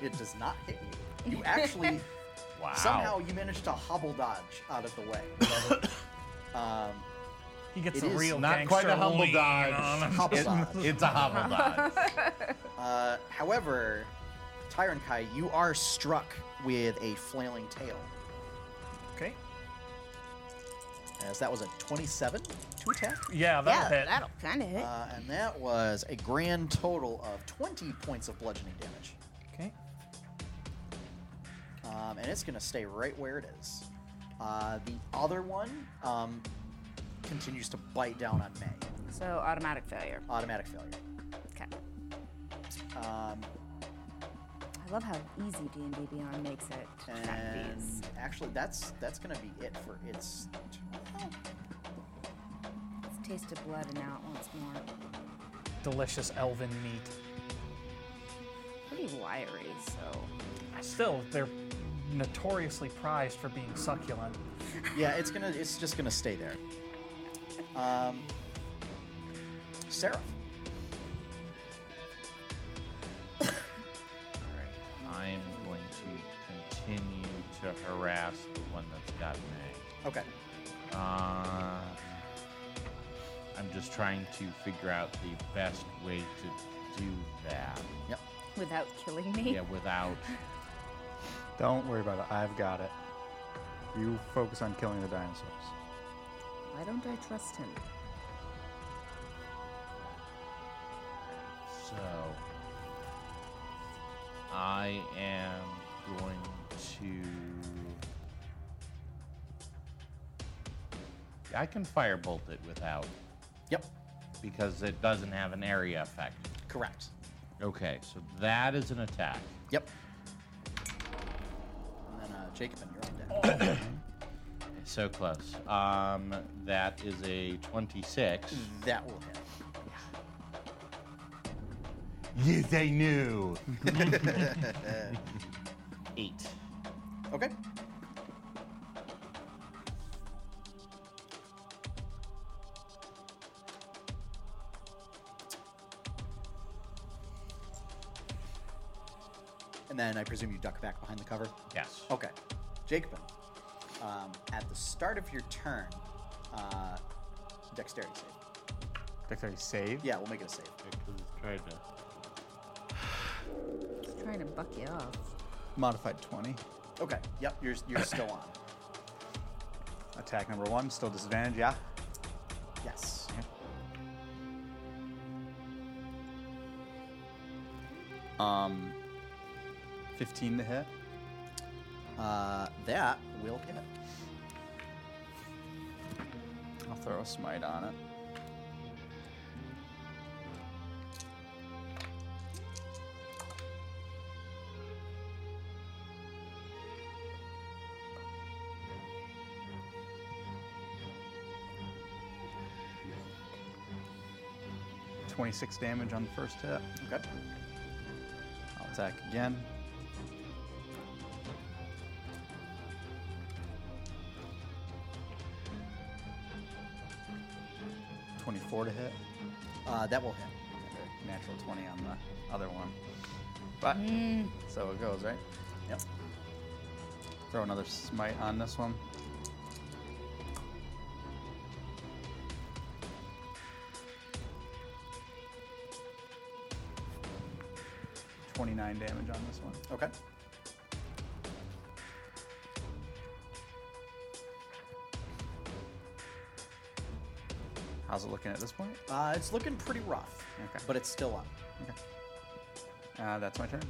F: It does not hit you. You actually
A: Wow.
F: somehow you manage to hobble dodge out of the way. um,
D: He gets
F: It
D: a
F: is
D: real
A: Not quite a
D: gangster
A: humble
D: lean on
A: dodge.
D: him.
F: hobble
A: It-
F: dodge.
A: it's a hobble dodge.
F: Uh, however, Tyron Kai, you are struck with a flailing tail,
D: Okay.
F: as that was a 27 to attack.
D: Yeah,
E: Yeah,
D: that'll hit.
E: that'll kind of hit.
A: Ah.
F: Uh, and that was a grand total of 20 points of bludgeoning damage.
D: Okay.
F: Um, and it's going to stay right where it is. Uh, the other one um, continues to bite down on May.
E: so automatic failure.
F: Automatic failure.
E: Okay.
F: Um,
E: I love how easy D&D Beyond makes it to track
F: and
E: these.
F: actually, that's that's going to be it for its.
E: It's taste of blood and now it wants more.
D: Delicious elven meat.
E: Pretty wiry, so
D: Still, they're notoriously prized for being succulent.
F: Yeah, it's gonna. It's just gonna stay there. Um, Seraph.
A: I'm going to continue to harass the one that's got me.
F: Okay.
A: Uh, I'm just trying to figure out the best way to do that.
F: Yep.
E: without killing me.
A: Yeah, without
C: Don't worry about it. I've got it. You focus on killing the dinosaurs.
E: Why don't I trust him?
A: So I am going to. I can firebolt it without
F: Yep,
A: because it doesn't have an area effect.
F: correct.
A: Okay, so that is an attack.
F: Yep. And then uh, Jacob and you're on deck.
A: So close. Um, that is a 26.
F: That will hit.
A: Yes, I knew. Eight.
F: Okay. And then I presume you duck back behind the cover.
A: Yes.
F: Okay. Jacobin, um, at the start of your turn, uh, dexterity save.
C: Dexterity save.
F: Yeah, we'll make it a save.
A: Tried to.
E: He's trying to buck you off.
C: Modified 20.
F: Okay. Yep, you're, you're still on.
C: Attack number one, still disadvantage. Yeah.
F: Yes.
C: Um, 15 to hit.
F: Uh, that will hit.
C: I'll throw a smite on it. Twenty-six damage on the first hit.
F: Okay.
C: I'll attack again. Twenty-four to hit.
F: Uh, that will hit.
C: Another Natural twenty on the other one. But so it goes, right?
F: Yep.
C: Throw another smite on this one. Twenty-nine damage on this one.
F: Okay.
C: How's it looking at this point?
F: Uh, it's looking pretty rough,
C: Okay.
F: but it's still up.
C: Okay. Uh, that's my turn.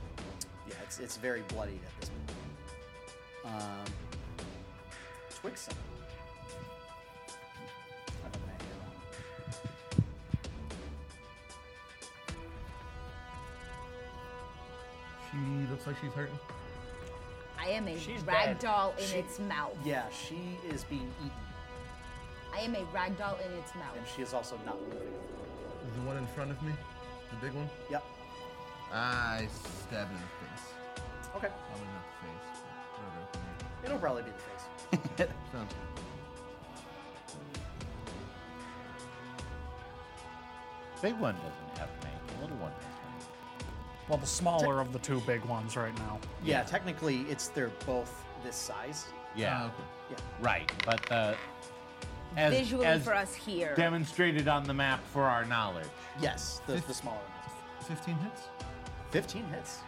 F: Yeah, it's, it's very bloodied at this point. Um, Twixen. I don't know if I have
G: She looks like she's hurting.
E: I am a
D: She's
E: rag
D: dead.
E: doll in
F: She-
E: its mouth.
F: one. Yeah, she is being eaten,
E: I am a rag doll in its
F: and
E: mouth.
F: she is also not moving.
G: Is the one in front of me, the big one?
F: Yep.
G: I stabbed in the face.
F: Okay.
G: Probably not the face, but whatever.
F: It'll probably be the face.
G: Sounds good.
A: Big one doesn't have many. Little one has many.
D: Well, the smaller of the two big ones right now.
F: Yeah, technically, it's they're both this size.
A: Yeah.
G: Ah, okay.
F: Yeah.
A: Right, but the as,
E: Visually
A: as
E: for us here.
A: demonstrated on the map for our knowledge.
F: Yes, the, the smaller ones.
G: 15 hits?
F: 15 hits.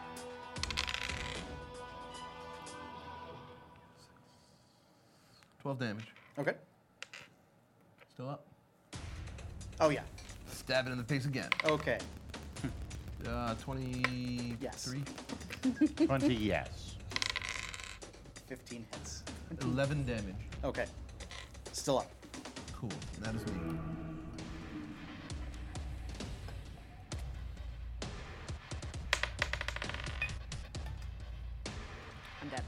G: Twelve damage.
F: Okay.
G: Still up.
F: Oh, yeah.
G: Stab it in the face again.
F: Okay.
G: Uh, 23.
F: Yes.
A: 20 yes.
F: 15 hits.
G: 11 damage.
F: Okay. Still up.
G: Cool. That is me.
E: I'm dead.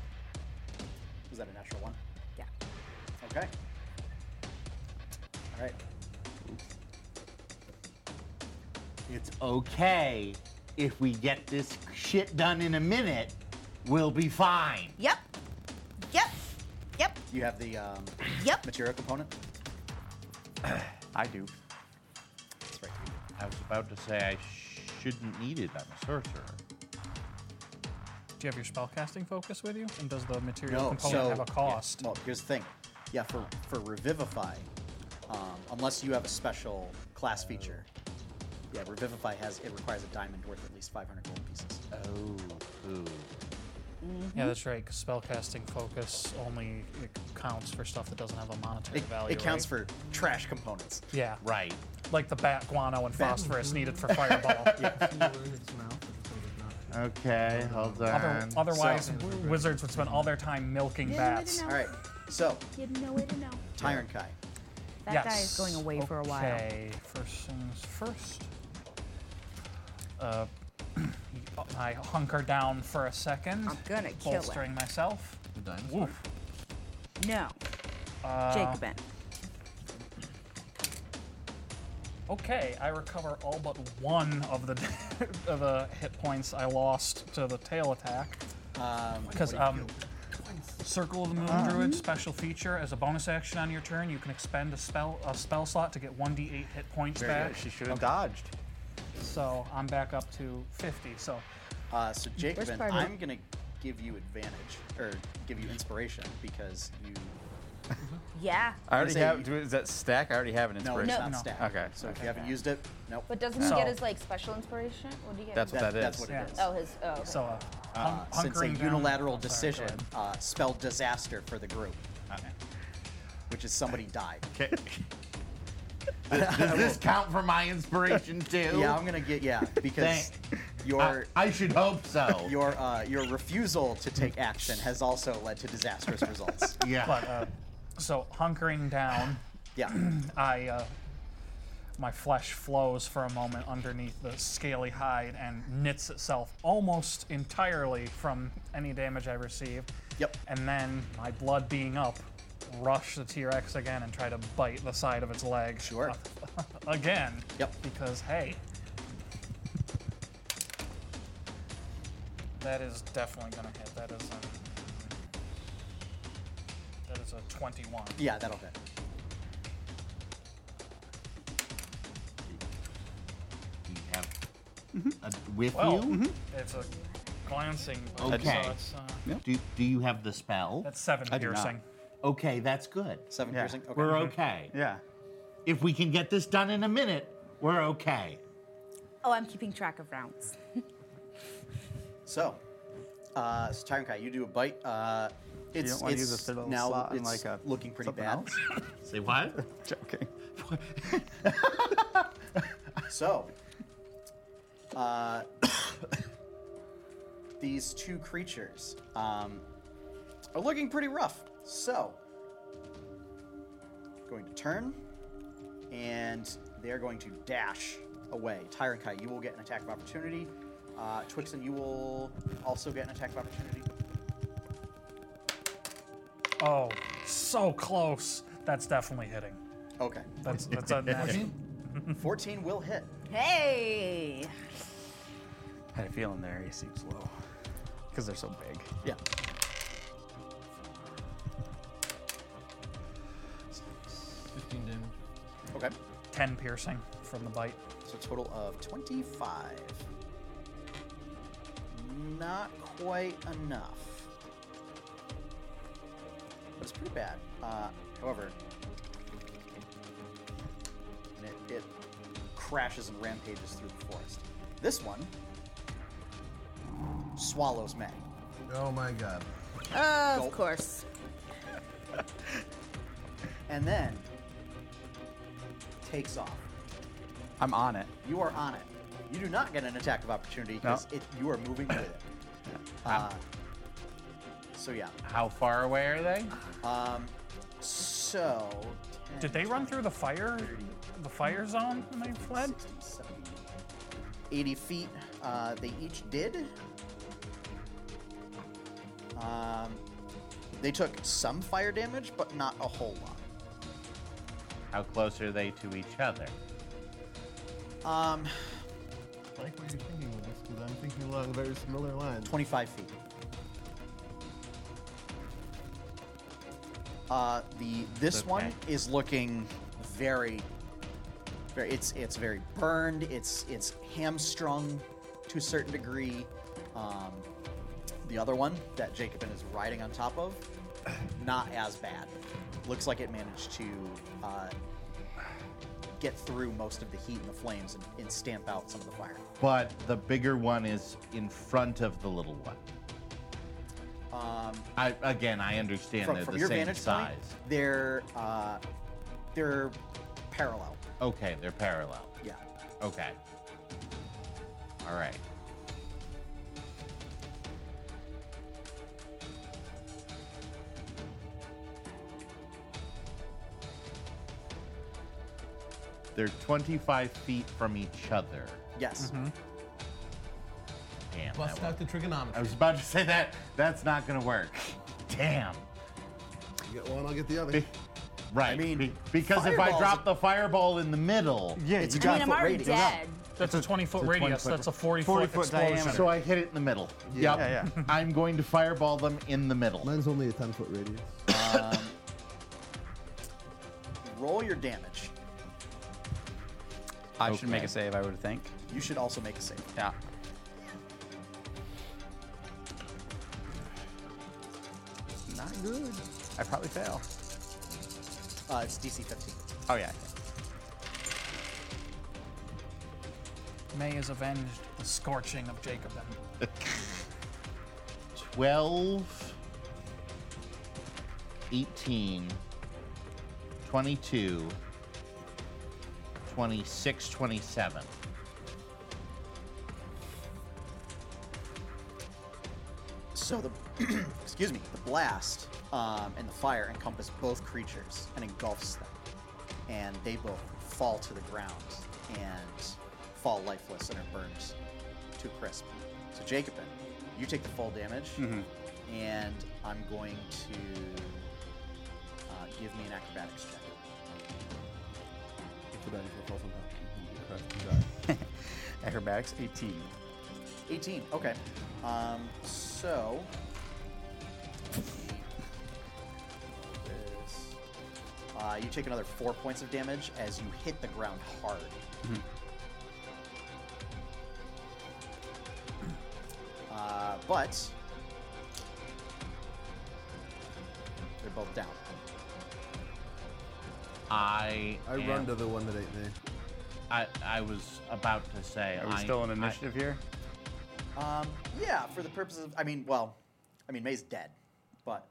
F: Was that a natural one?
E: Yeah.
F: Okay. All right.
A: It's okay if we get this shit done in a minute, we'll be fine.
E: Yep. Yep. Yep.
F: You have the um,
E: Yep.
F: material component.
C: I do.
F: That's right.
A: I was about to say I shouldn't need it. I'm a sorcerer.
D: Do you have your spellcasting focus with you? And does the material
F: No,
D: component
F: so-
D: have a cost?
F: Well, here's the thing. Yeah, for for revivify, um, unless you have a special class feature. Yeah, revivify has it requires a diamond worth at least 500 gold pieces.
A: Oh, ooh.
D: Yeah, that's right. 'cause spellcasting focus only it counts for stuff that doesn't have a monetary
F: It,
D: value.
F: it counts
D: right?
F: for trash components.
D: yeah,
A: Right.
D: like the bat guano and phosphorus needed for fireball.
A: Okay, hold on.
D: Other, otherwise, wizards would spend all their time milking
E: Yeah, I
D: bats.
E: didn't
F: All right, so
E: You had no way to know.
F: Tyron Kai.
E: That guy is going away for a while.
D: Okay, first things first. Uh, I hunker down for a second.
E: I'm gonna kill it.
D: bolstering myself. Woof.
E: No. Jacobin.
D: Okay, I recover all but one of the of the hit points I lost to the tail attack. Because um, Circle of the Moon
E: Um.
D: Druid special feature as a bonus action on your turn, you can expend a spell a spell slot to get 1d8 hit points back.
C: She should have dodged.
D: So I'm back up to 50. So
F: Uh, so Jacobin,
E: part of-
F: I'm gonna give you advantage or give you inspiration because you
E: Yeah.
C: I already
F: say
C: have.
F: you-
C: do- Is that stack? I already have an
F: no,
C: inspiration.
F: it's
E: No.
F: not
D: No.
F: stacked.
C: Okay,
F: So if
C: okay.
F: you haven't used it, nope.
E: But doesn't
D: So-
E: he get his like special inspiration? What do you get?
C: That's what
F: That-
C: that is.
F: that's what it
D: Yeah.
F: is.
E: Oh, his. Oh. okay.
D: so uh,
F: Uh,
D: hun-
F: since a
D: hunkering down-
F: unilateral
D: I'm sorry, go
F: decision
D: ahead.
F: uh, spelled disaster for the group, which is somebody died.
A: Okay. Does does this count for my inspiration too?
F: Yeah, I'm gonna get yeah because
A: I,
F: your
A: I should hope so.
F: your uh, your refusal to take action has also led to disastrous results.
A: yeah.
D: But uh, so hunkering down,
F: Yeah,
D: I uh, my flesh flows for a moment underneath the scaly hide and knits itself almost entirely from any damage I receive.
F: Yep.
D: And then my blood being up, rush the T-Rex again and try to bite the side of its leg. Uh,
F: Sure.
D: again.
F: Yep.
D: Because hey. That is definitely gonna hit. That is a that is a 21.
F: yeah, that'll hit.
A: Do you have a- with
D: Well, mm-hmm.
A: you?
D: it's a glancing.
A: Mm-hmm. Okay.
D: Okay. So it's, uh,
A: Do, do you have the spell?
D: that's seven
A: I do not.
D: piercing.
A: Okay, that's good.
F: Seven
C: Yeah.
F: piercing. Okay.
A: We're okay.
C: Yeah.
A: If we can get this done in a minute, we're okay.
E: Oh, I'm keeping track of rounds.
F: So, uh, so Tyron Kai, you do a bite. Uh, it's
C: don't wanna
F: it's
C: use a fiddle
F: now
C: slot and like
F: it's
C: a-
F: looking pretty
C: something
F: bad.
C: else?
A: Say what?
C: Joking.
F: So, uh, these two creatures um, are looking pretty rough. So, going to turn, and they're going to dash away. Tyrant Kai, you will get an attack of opportunity. Uh, Twixen, you will also get an attack of opportunity.
D: Oh, so close. That's definitely hitting.
F: Okay.
D: That's that's a natural.
F: 14 will hit.
E: Hey.
C: Had a feeling their AC was low. Because they're so big.
F: Yeah.
B: Fifteen damage.
F: Okay.
D: ten piercing from the bite.
F: So total of 25. Not quite enough. But it's pretty bad. Uh, however, and it, it crashes and rampages through the forest. This one swallows May.
G: Oh my god.
E: Uh,
F: Gulp.
E: of course.
F: And then takes off.
C: I'm on it.
F: You are on it. You do not get an attack of opportunity because it you are moving with it. Uh, so yeah.
A: How far away are they?
F: So. 10,
D: Did they run through the fire, the fire zone when they fled?
F: 60, 70, 80 feet. Uh, they each did. Um, they took some fire damage, but not a whole lot.
A: How close are they to each other?
F: Um,
G: I like what you're thinking with this because I'm thinking along very similar lines.
F: 25 feet. Uh, the this
A: Okay.
F: one is looking very, very. It's it's very burned. It's it's hamstrung to a certain degree. Um, the other one that Jacobin is riding on top of, not as bad. Looks like it managed to uh, get through most of the heat and the flames and, and stamp out some of the fire.
A: But the bigger one is in front of the little one. I, again, I understand
F: Um, From,
A: they're
F: from
A: the
F: your
A: same
F: vantage
A: size.
F: point, they're uh, they're parallel.
A: Okay, they're parallel.
F: Yeah.
A: Okay. All right. They're 25 feet from each other.
F: Yes.
A: Mm-hmm. Damn. that
B: Bust
A: wa-
B: out the
A: I
B: trigonometry.
A: was about to say that. That's not going to work. Damn.
G: You get one, I'll get the other.
A: Be- right.
F: mean,
A: be- because if I
F: fireballs-
A: drop the fireball in the middle,
C: Yeah,
F: It's
C: you
E: I
F: got-
C: got
E: mean, I'm
F: foot
E: already
F: radius.
E: dead.
D: That's a 20 foot radius.
C: 20 foot-
D: That's a 40 foot
C: 40 foot
D: explosion.
C: diameter.
A: so I hit it in the middle.
G: Yeah.
A: Yep.
C: Yeah, yeah.
A: I'm going to fireball them in the middle.
G: Mine's only a 10 foot radius.
F: Roll your damage.
C: I should make
A: Okay.
C: a save, I would think.
F: You should also make a save.
C: Yeah. Not good. I probably fail.
F: Uh, it's DC 15.
C: Oh yeah.
D: May has avenged the scorching of Jacob.
A: 12, 18, 22, 26, 27.
F: So the, excuse me, the blast um, and the fire encompass both creatures and engulfs them, and they both fall to the ground and fall lifeless and are burned to a crisp. So Jacobin, you take the full damage, and I'm going to uh, give me an acrobatics check.
G: That's what I just falls on top.
C: Acrobatics 18.
F: 18. Okay. Um, so. This. Uh, you take another four points of damage as you hit the ground hard. Uh, but they're both down.
A: I
G: I
A: am-
G: run to the one that ate me.
A: I, I was about to say.
C: Are we
A: I-
C: still in
A: I-
C: initiative here?
F: Um, yeah, for the purposes of, I mean, well, I mean, May's dead, but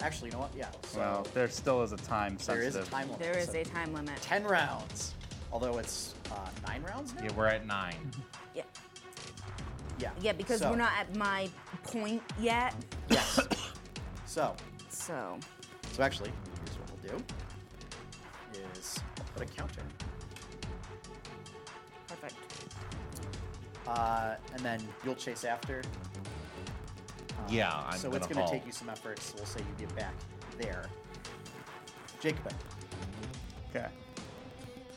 F: actually, you know what? Yeah. So
C: Well, there still is a time
F: there
C: sensitive.
F: is a time limit.
E: There is
F: so-
E: a time limit.
F: 10 rounds. Although it's uh, nine rounds now?
A: Yeah, we're at nine.
E: Yeah,
F: Yeah.
E: yeah because
F: So-
E: we're not at my point yet.
F: Yes. so,
E: So,
F: so actually, here's what we'll do is I'll put a counter.
E: perfect.
F: Uh, and then you'll chase after.
A: yeah, Uh, I'm
F: so
A: gonna
F: it's going
A: haul.
F: to take you some effort. So we'll say you get back there. Jacobin.
C: Okay.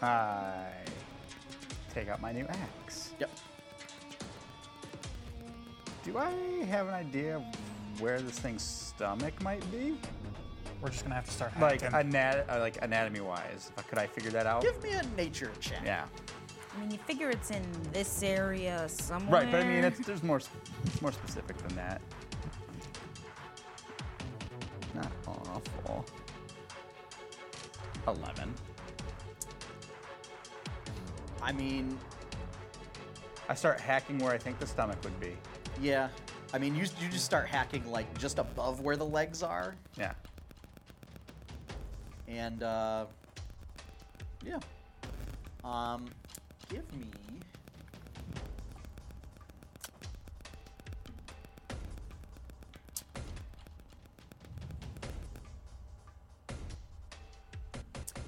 C: I take out my new axe.
F: Yep.
C: Do I have an idea of where this thing's stomach might be?
D: We're just gonna have to start
C: Like
D: hacking.
C: anat- uh, like anatomy wise, could I figure that out?
F: Give me a nature check.
C: yeah.
E: I mean, you figure it's in this area somewhere.
C: Right, but I mean, it's, there's more. s- It's more specific than that. Not awful. Eleven.
F: I mean,
C: I start hacking where I think the stomach would be.
F: yeah. I mean, you, you just start hacking like just above where the legs are.
C: Yeah.
F: And uh, yeah, um, give me.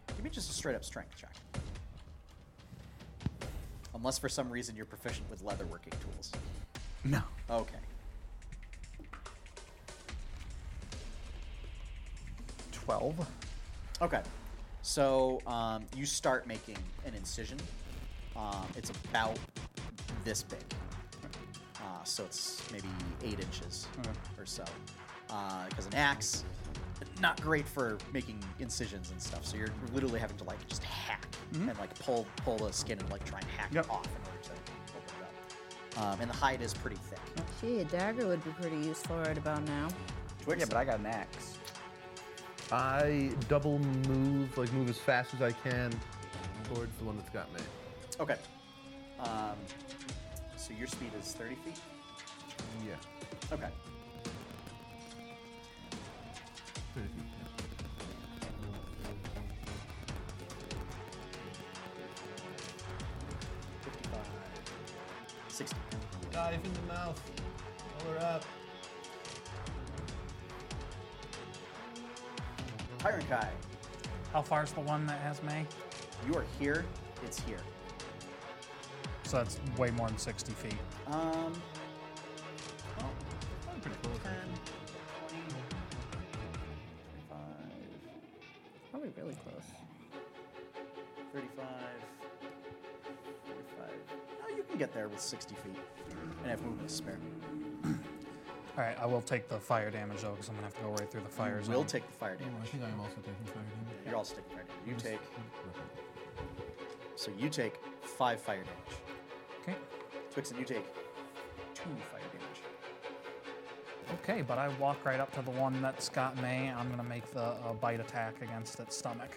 F: Give me just a straight up strength check. Unless for some reason you're proficient with leatherworking tools.
C: No.
F: Okay.
C: Twelve.
F: Okay. So um, you start making an incision. Um, it's about this big. Uh, so it's maybe eight inches or so. Because an axe, not great for making incisions and stuff. So you're literally having to like just hack and like pull pull the skin and like try and hack
C: Yep.
F: it off in order to open it up. Um, and the hide is pretty thick.
E: Gee, a dagger would be pretty useful right about now.
F: Twix?
C: Yeah, but I got an axe.
G: I double move, like move as fast as I can towards the one that's got me.
F: Okay. Um, so your speed is 30 feet.
G: Yeah.
F: Okay.
G: 30 feet.
F: Sixty.
B: Dive in the mouth. Pull her up.
F: Tyrant Kai,
D: How far's the one that has me?
F: you are here. It's here.
D: So that's way more than 60 feet.
F: Um,
B: Probably pretty close.
F: 10, 20, 25.
E: Probably really close.
F: 35, 35. No, Oh, you can get there with 60 feet and have movement to spare.
D: All right, I will take the fire damage though, because I'm gonna have to go right through the fire zone.
F: We'll take the fire
B: Oh, I
F: damage.
B: think I am also taking fire damage.
F: You're all taking fire damage. You take, so you take five fire damage.
D: Okay.
F: Twixen, you take two fire damage.
D: Okay, but I walk right up to the one that's got me. I'm gonna make the uh, bite attack against its stomach.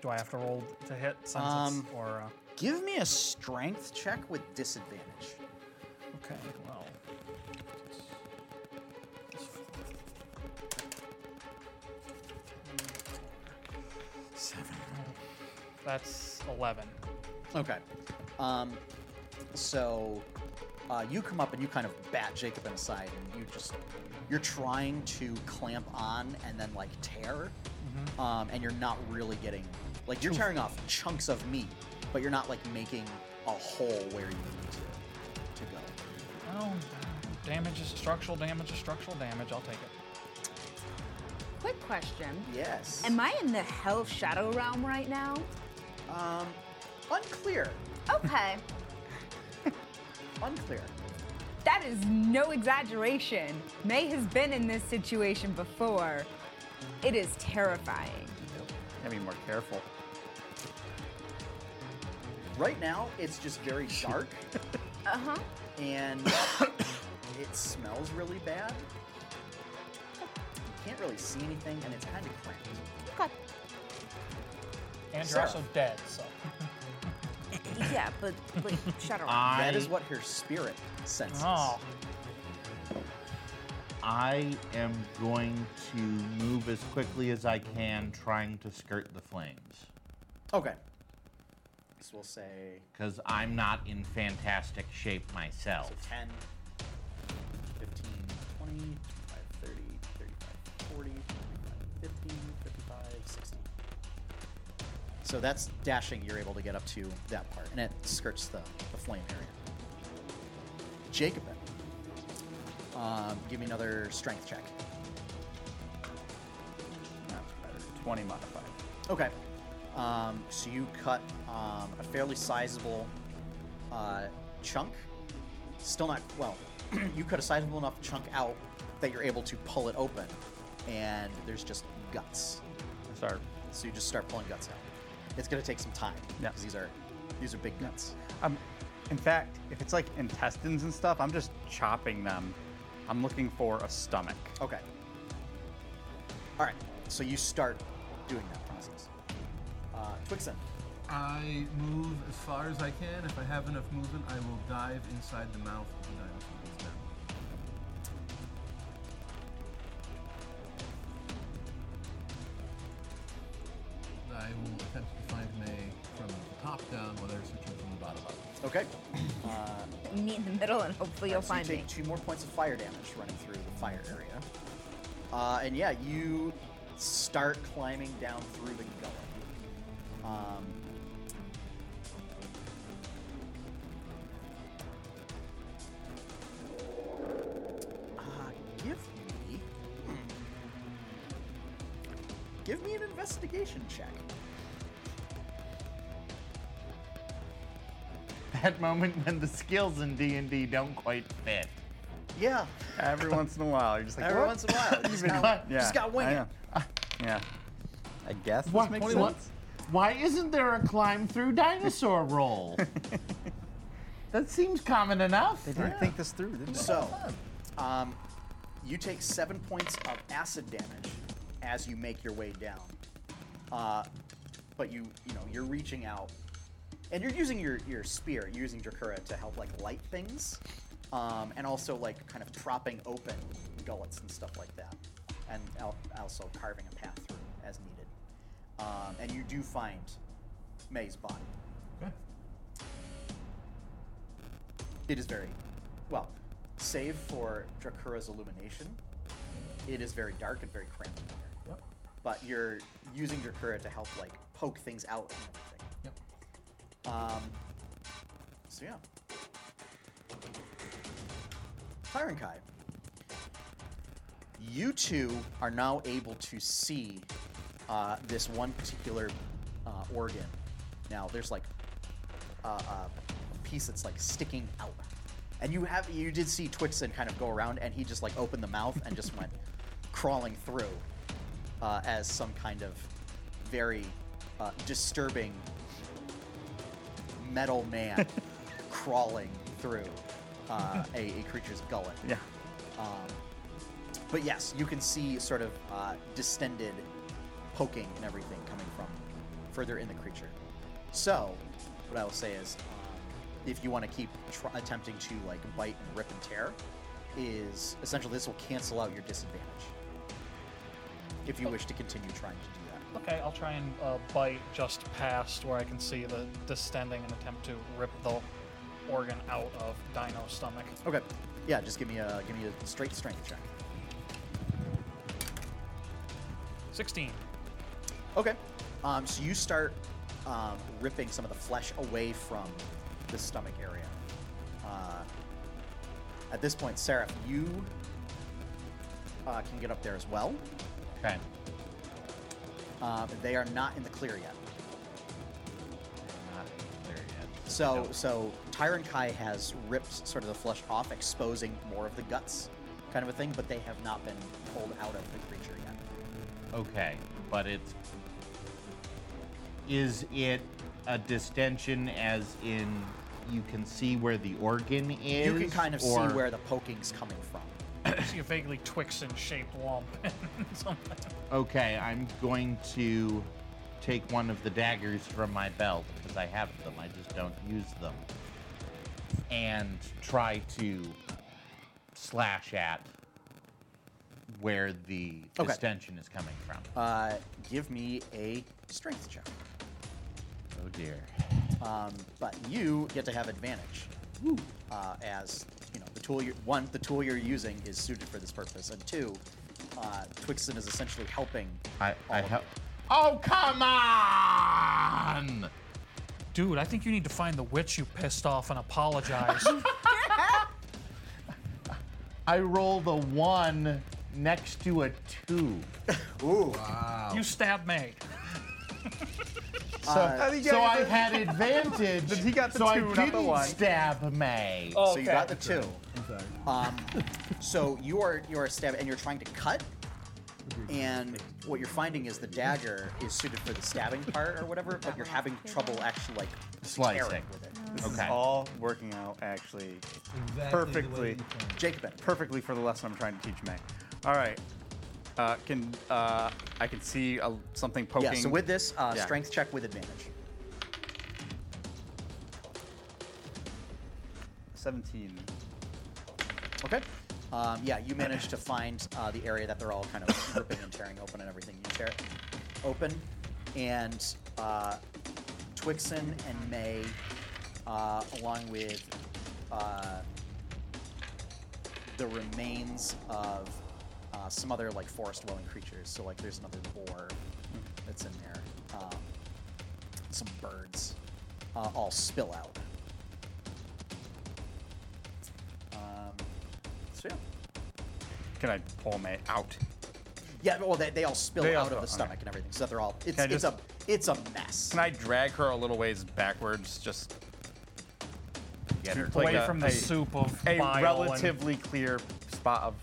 D: Do I have to roll to hit since
F: Um,
D: it's or uh,
F: Give me a strength check with disadvantage.
D: Okay, well. Seven. That's 11.
F: Okay. Um, so uh, you come up and you kind of bat Jacob in the side, and you just you're trying to clamp on and then like tear, um, and you're not really getting like you're tearing off chunks of meat, but you're not like making a hole where you need to, to go.
D: Oh, damage is structural damage is structural damage. I'll take it.
E: Quick question.
F: Yes.
E: Am I in the Hell Shadow realm right now?
F: um, unclear.
E: Okay.
F: Unclear.
E: that is no exaggeration. May has been in this situation before. It is terrifying.
C: Gotta be more careful.
F: Right now, it's just very dark.
E: Uh huh.
F: and it smells really bad. You can't really see anything, and it's kind of cramped.
E: Okay.
D: And
F: Sarah.
D: you're also dead, so.
E: Yeah, but like Shadow realm.
A: I,
F: That is what her spirit senses.
D: Oh,
A: I am going to move as quickly as I can, trying to skirt the flames.
F: Okay. So we'll say
A: Because I'm not in fantastic shape myself.
F: so 10, 15, 20, 25, 30, 35, 40, 45, 50, 55, 60. So that's dashing, you're able to get up to that part, and it skirts the, the flame area. Jacobin, um, give me another strength check.
C: That's better. 20 modified.
F: Okay. Um, so you cut um, a fairly sizable uh, chunk. Still not well. you cut a sizable enough chunk out that you're able to pull it open, and there's just guts.
C: I start.
F: So you just start pulling guts out. It's gonna take some time
C: Yeah.
F: because these are these are big guts.
C: Um, in fact, if it's like intestines and stuff, I'm just chopping them. I'm looking for a stomach.
F: Okay. All right. So you start doing that process. Uh, Twixen,
G: I move as far as I can. If I have enough movement, I will dive inside the mouth of the dinosaur that's down. I will attempt to find May from the top down while they're searching from the bottom up.
F: okay.
E: Meet in the middle, and hopefully you'll
F: So you
E: find me.
F: take two more points of fire damage running through the fire area. Uh, and yeah, you start climbing down through the gully. Um, uh, give me. Give me an investigation check.
A: That moment when the skills in D&D don't quite fit.
F: Yeah,
C: Every once in a while, you're just like,
F: every
C: "What?"
F: once in a while. Just
A: been
F: got,
A: cut.
C: Yeah,
F: just got
C: I
F: winged.
C: know. Ah, Yeah. I guess this
A: What?
C: makes
A: 21?
C: sense.
A: Why isn't there a climb through dinosaur roll? that seems common enough.
C: They didn't think this through, did they?
F: So, um, you take seven points of acid damage as you make your way down. Uh, but you, you know, you're reaching out, and you're using your your spear, you're using Drakura to help like light things, um, and also like kind of propping open gullets and stuff like that. and al- also carving a path through as needed. Um, and you do find May's body. It is very, well, save for Drakura's illumination, it is very dark and very cramped in there
B: Yep.
F: but you're using your Kura to help like poke things out and everything.
B: Yep.
F: Um, so yeah. Fire and Kai. You two are now able to see uh, this one particular uh, organ. Now there's like uh, uh, a piece that's like sticking out, and you have you did see Twixen kind of go around, and he just like opened the mouth and just went crawling through uh, as some kind of very uh, disturbing metal man crawling through uh, a, a creature's gullet. Um,
C: Yeah.
F: But yes, you can see sort of uh, distended poking and everything coming from further in the creature. So, what I will say is, um, if you want to keep tr- attempting to like bite and rip and tear, is essentially this will cancel out your disadvantage. If you wish to continue trying to do that.
D: Okay, I'll try and uh, bite just past where I can see the distending and attempt to rip the organ out of Dino's stomach.
F: Okay. Yeah, just give me a give me a straight strength check.
D: 16.
F: Okay. Um, so you start um, ripping some of the flesh away from the stomach area. Uh, at this point, Seraph, you uh, can get up there as well.
A: Okay.
F: Um, they are not in the clear yet.
A: Not there yet.
F: So, so Tyron Kai has ripped sort of the flesh off, exposing more of the guts, kind of a thing. But they have not been pulled out of the creature yet.
A: Okay, but it's. Is it a distension as in you can see where the organ is?
F: You can kind of
A: or-
F: see where the poking's coming from.
D: I see a vaguely Twixen shaped lump and something.
A: Okay, I'm going to take one of the daggers from my belt because I have them, I just don't use them. And try to slash at where the
F: Okay.
A: distension is coming from.
F: Uh, give me a strength check.
A: oh dear.
F: Um, but you get to have advantage, uh, as you know the tool. You're, one, the tool you're using is suited for this purpose, and two, uh, Twixen is essentially helping.
A: I, I
F: all of
A: help. Oh, come on!
D: Dude, I think you need to find the witch you pissed off and apologize.
A: I roll the one next to a two.
D: you stabbed May.
A: So,
C: How'd Uh, he get
A: so I
C: the-
A: had advantage.
C: he got the
A: so
C: two,
A: I
C: not the
A: didn't
C: one. Oh.
A: stab May.
F: So you got the two.
G: I'm sorry.
F: Um, so you are you are stabbing, and you're trying to cut. And what you're finding is the dagger is suited for the stabbing part or whatever, but you're having trouble actually like
A: Slicing.
F: tearing with it.
A: okay.
C: All working out actually
G: Exactly
C: Perfectly.
F: Jacobin.
C: perfectly for the lesson I'm trying to teach Meg. All right. Uh, can uh, I can see a, something poking?
F: Yeah. So with this, uh,
C: Yeah.
F: strength check with advantage.
C: 17.
F: Okay. Um, yeah, you managed to find uh, the area that they're all kind of ripping and tearing open and everything. You tear it open, and uh, Twixen and May, uh, along with uh, the remains of uh, some other like forest-dwelling creatures. So like, there's another boar that's in there. Um, some birds uh, all spill out. Um, so yeah.
C: Can I pull May out?
F: Yeah, well, they, they all spill
C: They all
F: out
C: spill,
F: of the stomach
C: okay.
F: and everything, so they're all it's
C: Can I
F: it's
C: just-
F: a it's a mess.
C: Can I drag her a little ways backwards, just
A: Get her.
C: Like
D: Away
C: a-
D: from the
C: a-
D: soup of
C: a
D: bile
C: relatively clear spot of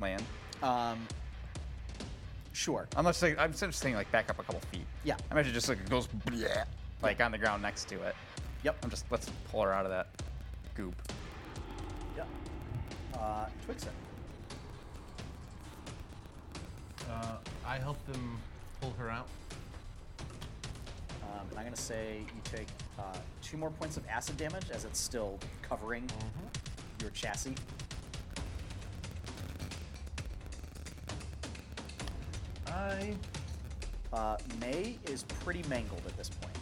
C: land?
F: Um, sure.
C: Unless they, I'm just saying like back up a couple feet.
F: Yeah.
C: I imagine just like it goes bleh, like on the ground next to it.
F: Yep.
C: I'm just let's pull her out of that goop.
F: Yep. Uh, Twixen.
B: Uh, I helped them pull her out.
F: Um, and I'm gonna say you take uh, two more points of acid damage as it's still covering
B: Mm-hmm.
F: your chassis.
B: die.
F: Uh, May is pretty mangled at this point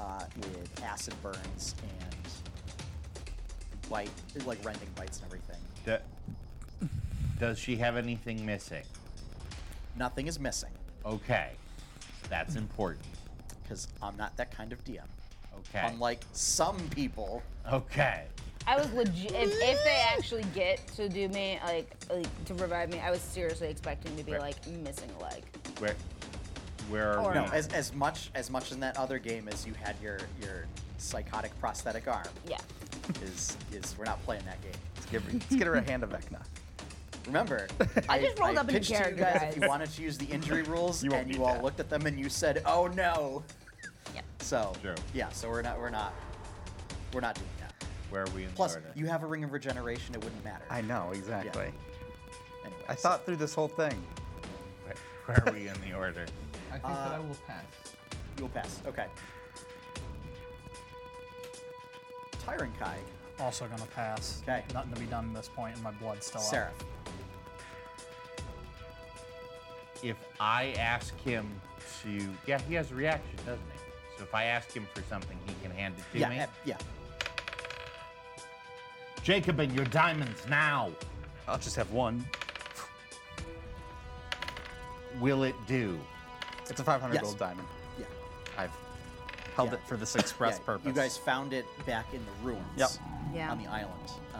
F: uh, with acid burns and bite, like rending bites and everything.
A: Do- does she have anything missing?
F: Nothing is missing
A: Okay, that's important.
F: because I'm not that kind of DM.
A: Okay.
F: Unlike some people,
A: okay.
H: I was legit. If, if they actually get to do me, like, like to revive me, I was seriously expecting to be
A: Right.
H: like missing a leg.
A: Where where are
H: Or-
A: we?
H: No,
F: as, as much as much in that other game as you had your your psychotic prosthetic arm
H: Yeah.
F: is is we're not playing that game.
C: Let's, give her, let's get her a hand of Vecna.
F: Remember,
H: I just rolled
F: I
H: up into
F: pitched to you
H: character,
F: guys, if
H: guys.
F: you wanted to use the injury rules,
C: You won't
F: and you
C: need
F: all
C: that.
F: looked at them and you said, "Oh no."
H: Yeah.
F: So
A: True.
F: yeah, so we're not we're not we're not doing that.
A: where are we in
F: Plus,
A: Florida?
F: you have a ring of regeneration; it wouldn't matter.
C: I know, exactly.
F: Anyway,
C: I
F: so-
C: thought through this whole thing.
A: Where- where are we in the order?
G: I think that I will
I: Uh,
G: pass.
F: You'll pass. Okay. Tyron Kai.
D: Also gonna pass.
F: Okay.
D: Nothing to be done at this point, and my blood's still
F: Sarah.
D: up.
A: If I ask him to, yeah, he has a reaction, doesn't he? So if I ask him for something, he can hand it to
F: Yeah,
A: me.
F: eh, yeah.
A: Jacob and your diamonds now.
C: I'll just have one.
A: Will it do?
C: It's a 500
F: Yes.
C: gold diamond.
F: Yeah.
C: I've held
F: Yeah.
C: it for this express
F: Yeah,
C: purpose.
F: You guys found it back in the ruins.
C: Yep.
E: Yeah.
F: On the island. Uh,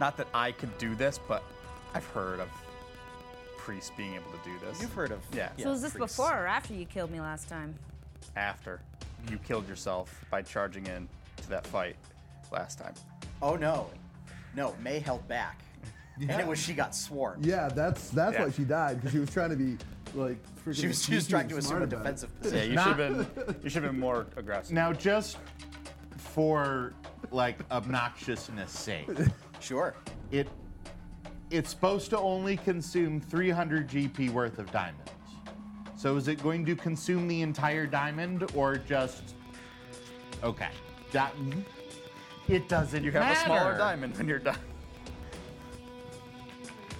C: Not that I could do this, but I've heard of priests being able to do this.
F: You've heard of
C: Yeah.
F: yeah,
E: So is this
F: priests.
E: before or after you killed me last time?
C: After you killed yourself by charging in to that fight last time.
F: Oh no, no. May held back, and
G: Yeah.
F: it was she got swarmed.
I: Yeah, that's that's
C: Yeah.
I: why she died because she was trying to be like. freaking
F: She was she was
I: sneaky
F: trying
I: and
F: to assume
I: smart
F: a
I: about it.
F: defensive
C: Yeah,
F: position.
C: you should have been you should have been more aggressive.
A: Now, just for like obnoxiousness' sake,
F: Sure.
A: it it's supposed to only consume 300 GP worth of diamonds. So is it going to consume the entire diamond or just okay? That it doesn't.
C: you have a smaller
A: matter.
C: diamond when you're done.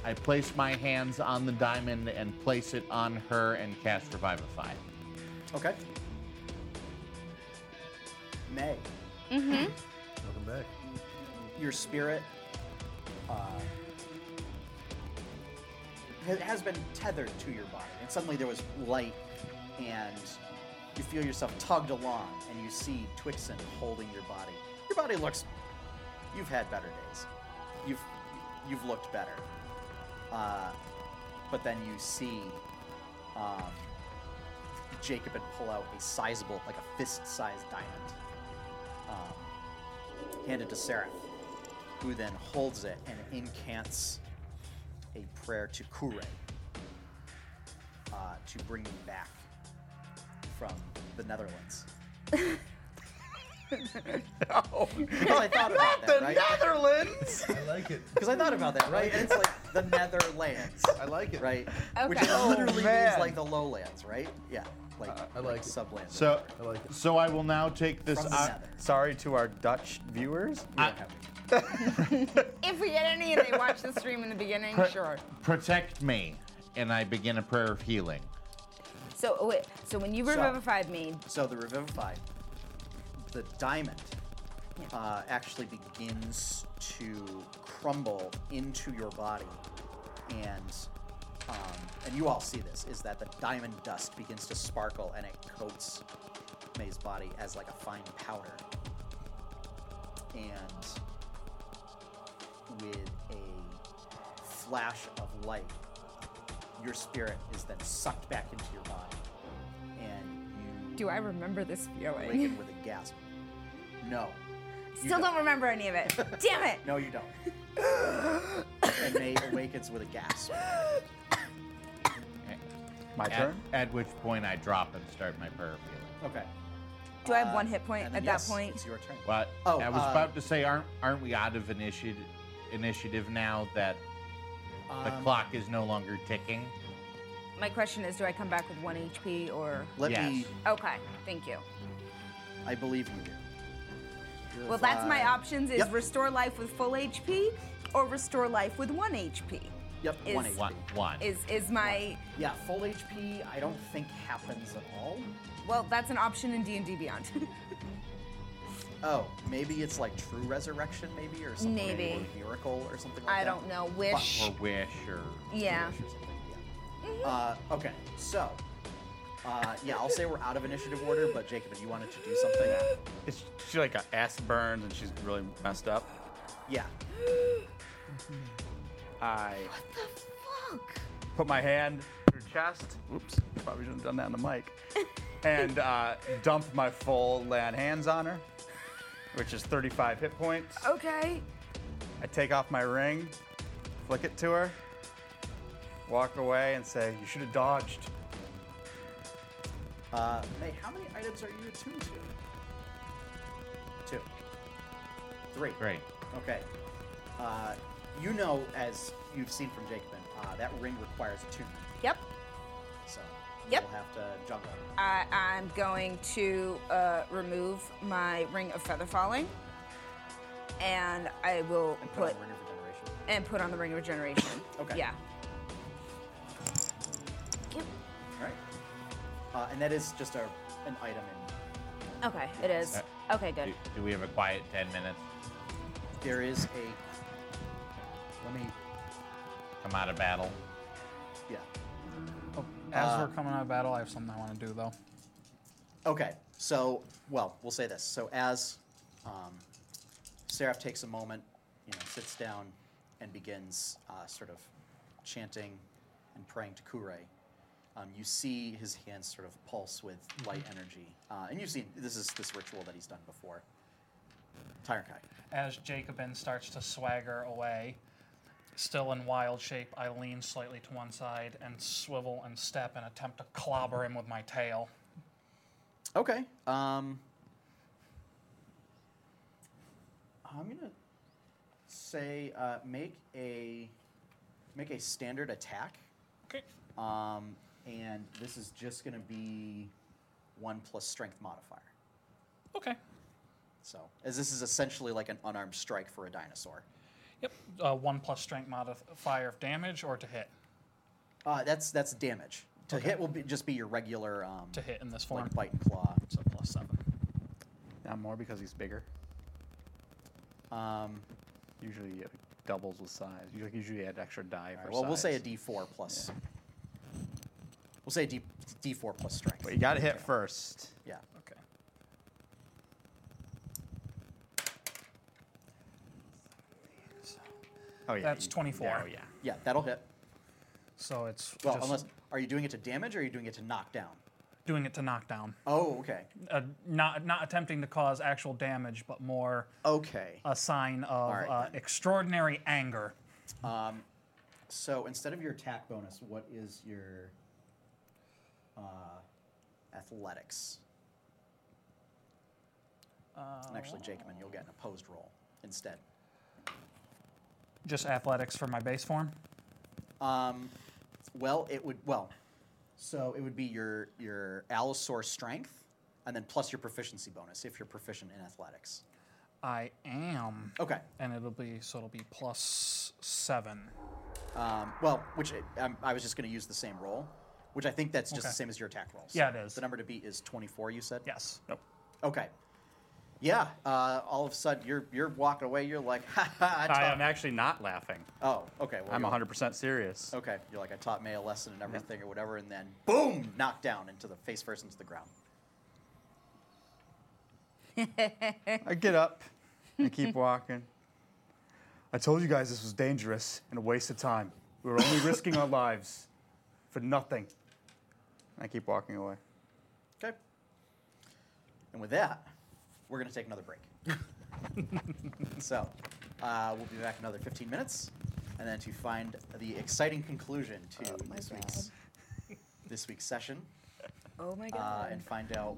A: I place my hands on the diamond and place it on her and cast Revivify.
F: Okay. May,
G: Welcome back.
F: your spirit uh, ha- has been tethered to your body, and suddenly there was light, and you feel yourself tugged along, and you see Twixen holding your body. Your body looks. You've had better days. You've you've looked better. Uh, but then you see. Um, Jacob and pull out a sizable, like a fist-sized diamond, um, handed to Seraph, who then holds it and incants a prayer to Kure uh, to bring you back from the Netherlands. Because I thought about that, right?
C: Netherlands!
G: I like it.
F: Because I thought about that, right? And it's like the Netherlands,
G: I like it.
F: right? Which
H: Okay. Oh,
F: literally means
C: man.
F: like the lowlands, right? Yeah, like,
G: I like it.
F: sublands. or
A: So,
F: whatever.
G: I like it.
A: so I will now take this.
F: from the
A: op-
F: Nether.
C: Sorry to our Dutch viewers.
A: I-
E: If we get any and they watch the stream in the beginning,
A: Pre-
E: sure.
A: Protect me, and I begin a prayer of healing.
H: So
E: oh,
H: wait. So when you revivified me,
F: So the Revivify, the diamond, uh, actually begins to crumble into your body, and um, and you all see this is that the diamond dust begins to sparkle and it coats May's body as like a fine powder, and with a flash of light, your spirit is then sucked back into your body, and you
E: Do I remember this feeling?
F: Lincoln with a gasp. No. You
E: Still don't remember any of it. Damn it!
F: No, you don't. and May awakens with a gasp.
C: My
A: At,
C: turn?
A: at which point I drop and start my prayer of healing.
F: Okay.
E: Do I have
F: Uh,
E: one hit point
F: and
E: at
F: then
E: that
F: yes,
E: point?
F: It's your turn.
A: But
F: Oh,
A: I was
F: uh,
A: about to say, aren't aren't we out of initiative initiative now that the
F: Um,
A: clock is no longer ticking?
E: My question is, do I come back with one HP or?
F: Let me.
A: Yes.
E: Okay, thank you.
F: I believe you do.
E: Well, that's my
F: Five.
E: options: is
F: Yep.
E: restore life with full HP or restore life with one HP.
F: Yep,
E: Is-
F: one HP.
A: One, one.
E: Is is my
F: Yeah, full HP. I don't think happens at all.
E: well? That's an option in D and D Beyond.
F: Oh, maybe it's like true resurrection, maybe or something.
E: Maybe.
F: or miracle or something. like
E: I
F: that.
E: don't know. Wish.
A: or wish or
E: yeah.
F: Or something, yeah.
E: Mm-hmm.
F: Uh, okay, so. Uh, yeah, I'll say we're out of initiative order, but Jacob, if you wanted to do something,
J: It's, she like got acid burns and she's really messed up.
F: yeah,
J: I
E: Fuck.
J: put my hand to her chest. Oops, probably shouldn't have done that on the mic. And uh, dump my full lay on hands on her, which is 35 hit points.
E: Okay.
J: I take off my ring, flick it to her, walk away, and say, "You should have dodged."
F: Uh, May, how many items are you attuned to? Two. Three.
A: great.
F: Okay. Uh, you know, as you've seen from Jacobin, uh, that ring requires attunement,
E: Yep.
F: so
E: Yep.
F: you'll have to juggle.
E: I, I'm going to uh, remove my ring of feather falling, and I will
F: And put,
E: put
F: on ring of regeneration.
E: and put on the ring of regeneration.
F: Okay.
E: Yeah.
F: All right. Uh, and that is just a an item in
H: Okay, it is.
F: Uh,
H: Okay,
A: Do,
H: good.
A: do we have a quiet 10 minutes?
F: There is a. Let me.
A: Come out of battle.
F: Yeah.
D: Oh, as we're coming out of battle, I have something I want to do though.
F: Okay. So, well, we'll say this. So, as um, Seraph takes a moment, you know, sits down and begins uh, sort of chanting and praying to Kure, um, you see his hands sort of pulse with light energy. Uh, and you've seen this is this ritual that he's done before. Tyrankai.
D: As Jacobin starts to swagger away, still in wild shape, I lean slightly to one side and swivel and step and attempt to clobber him with my tail.
F: Okay. Um, I'm gonna say uh, make a make a standard attack.
D: Okay.
F: Um, and this is just gonna be one plus strength modifier.
D: Okay.
F: So, as this is essentially like an unarmed strike for a dinosaur.
D: Yep. Uh, one plus strength modifier of damage or to hit.
F: Uh, that's that's damage. To hit will be, just be your regular um,
D: To hit in this form.
F: like bite and claw.
D: So plus seven.
J: Not more because he's bigger.
F: Um,
J: Usually it doubles with size. You usually add extra die
F: all
J: for
F: right, well, we'll say a
J: size.
F: D4 plus. We'll say a D, D4 plus strength.
J: But you got to hit first.
F: Yeah.
D: Okay.
J: Oh yeah.
D: That's
J: you-
D: 24.
J: Oh yeah.
F: Yeah, that'll hit.
D: So it's
F: Well,
D: just
F: unless are you doing it to damage or are you doing it to knock down?
D: doing it to knockdown.
F: Oh, okay.
D: Uh, not not attempting to cause actual damage, but more
F: Okay.
D: a sign of
F: right,
D: uh,
F: then.
D: extraordinary anger.
F: So instead of your attack bonus, what is your uh, athletics? and actually, Jacobin, you'll get an opposed roll instead.
D: Just athletics for my base form.
F: Um, well, it would well. So it would be your your allosaur strength, and then plus your proficiency bonus if you're proficient in athletics.
D: I am.
F: Okay.
D: And it'll be so it'll be plus seven.
F: Um, well, which i um, I was just going to use the same roll, which I think that's just
D: Okay.
F: the same as your attack roll.
D: Yeah, it is.
F: The number to beat is 24. You said.
D: Yes.
F: Okay. Yeah. Uh, all of a sudden, you're you're walking away. You're like, ha ha. I taught.
J: I am actually not laughing.
D: Uh,
F: oh, okay. Well,
J: I'm
F: you're-
J: 100% serious.
F: Okay. You're like, I taught May a lesson and everything or whatever, and then boom, knocked down into the face first into the ground.
J: I get up and keep walking. I told you guys this was dangerous and a waste of time. We were only risking our lives for nothing. I keep walking away.
F: Okay. And with that, we're going to take another break. so, uh, we'll be back in another 15 minutes, and then to find the exciting conclusion to this week's this week's session,
E: Oh my
F: uh,
E: god.
F: and find out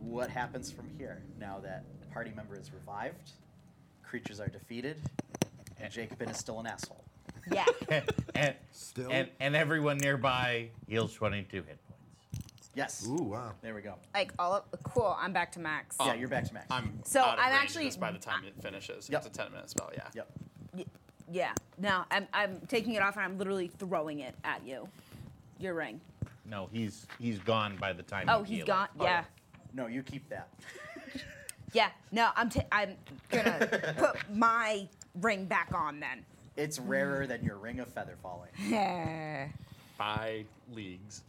F: what happens from here now that the party member is revived, creatures are defeated, and Jacobin is still an asshole.
E: yeah.
A: And, and,
I: Still?
A: and, and everyone nearby heals 22 hit points.
F: Yes.
I: Ooh, wow.
F: There we go.
E: Like all of, cool. I'm back to max.
F: yeah, you're back to max.
E: So
J: out of range
E: Um, I'm
J: of
E: actually
J: this by the time it finishes.
F: Yep.
J: It's a 10 minute spell, yeah.
F: yep.
E: Yeah. No, I'm, I'm taking it off and I'm literally throwing it at you. Your ring.
A: No, he's he's gone by the time.
E: Oh,
A: you
E: he's
A: heal it.
E: gone. yeah.
F: No, you keep that.
E: Yeah. No, I'm t- I'm gonna put my ring back on then.
F: It's rarer than your ring of feather falling.
E: Yeah.
D: By leagues.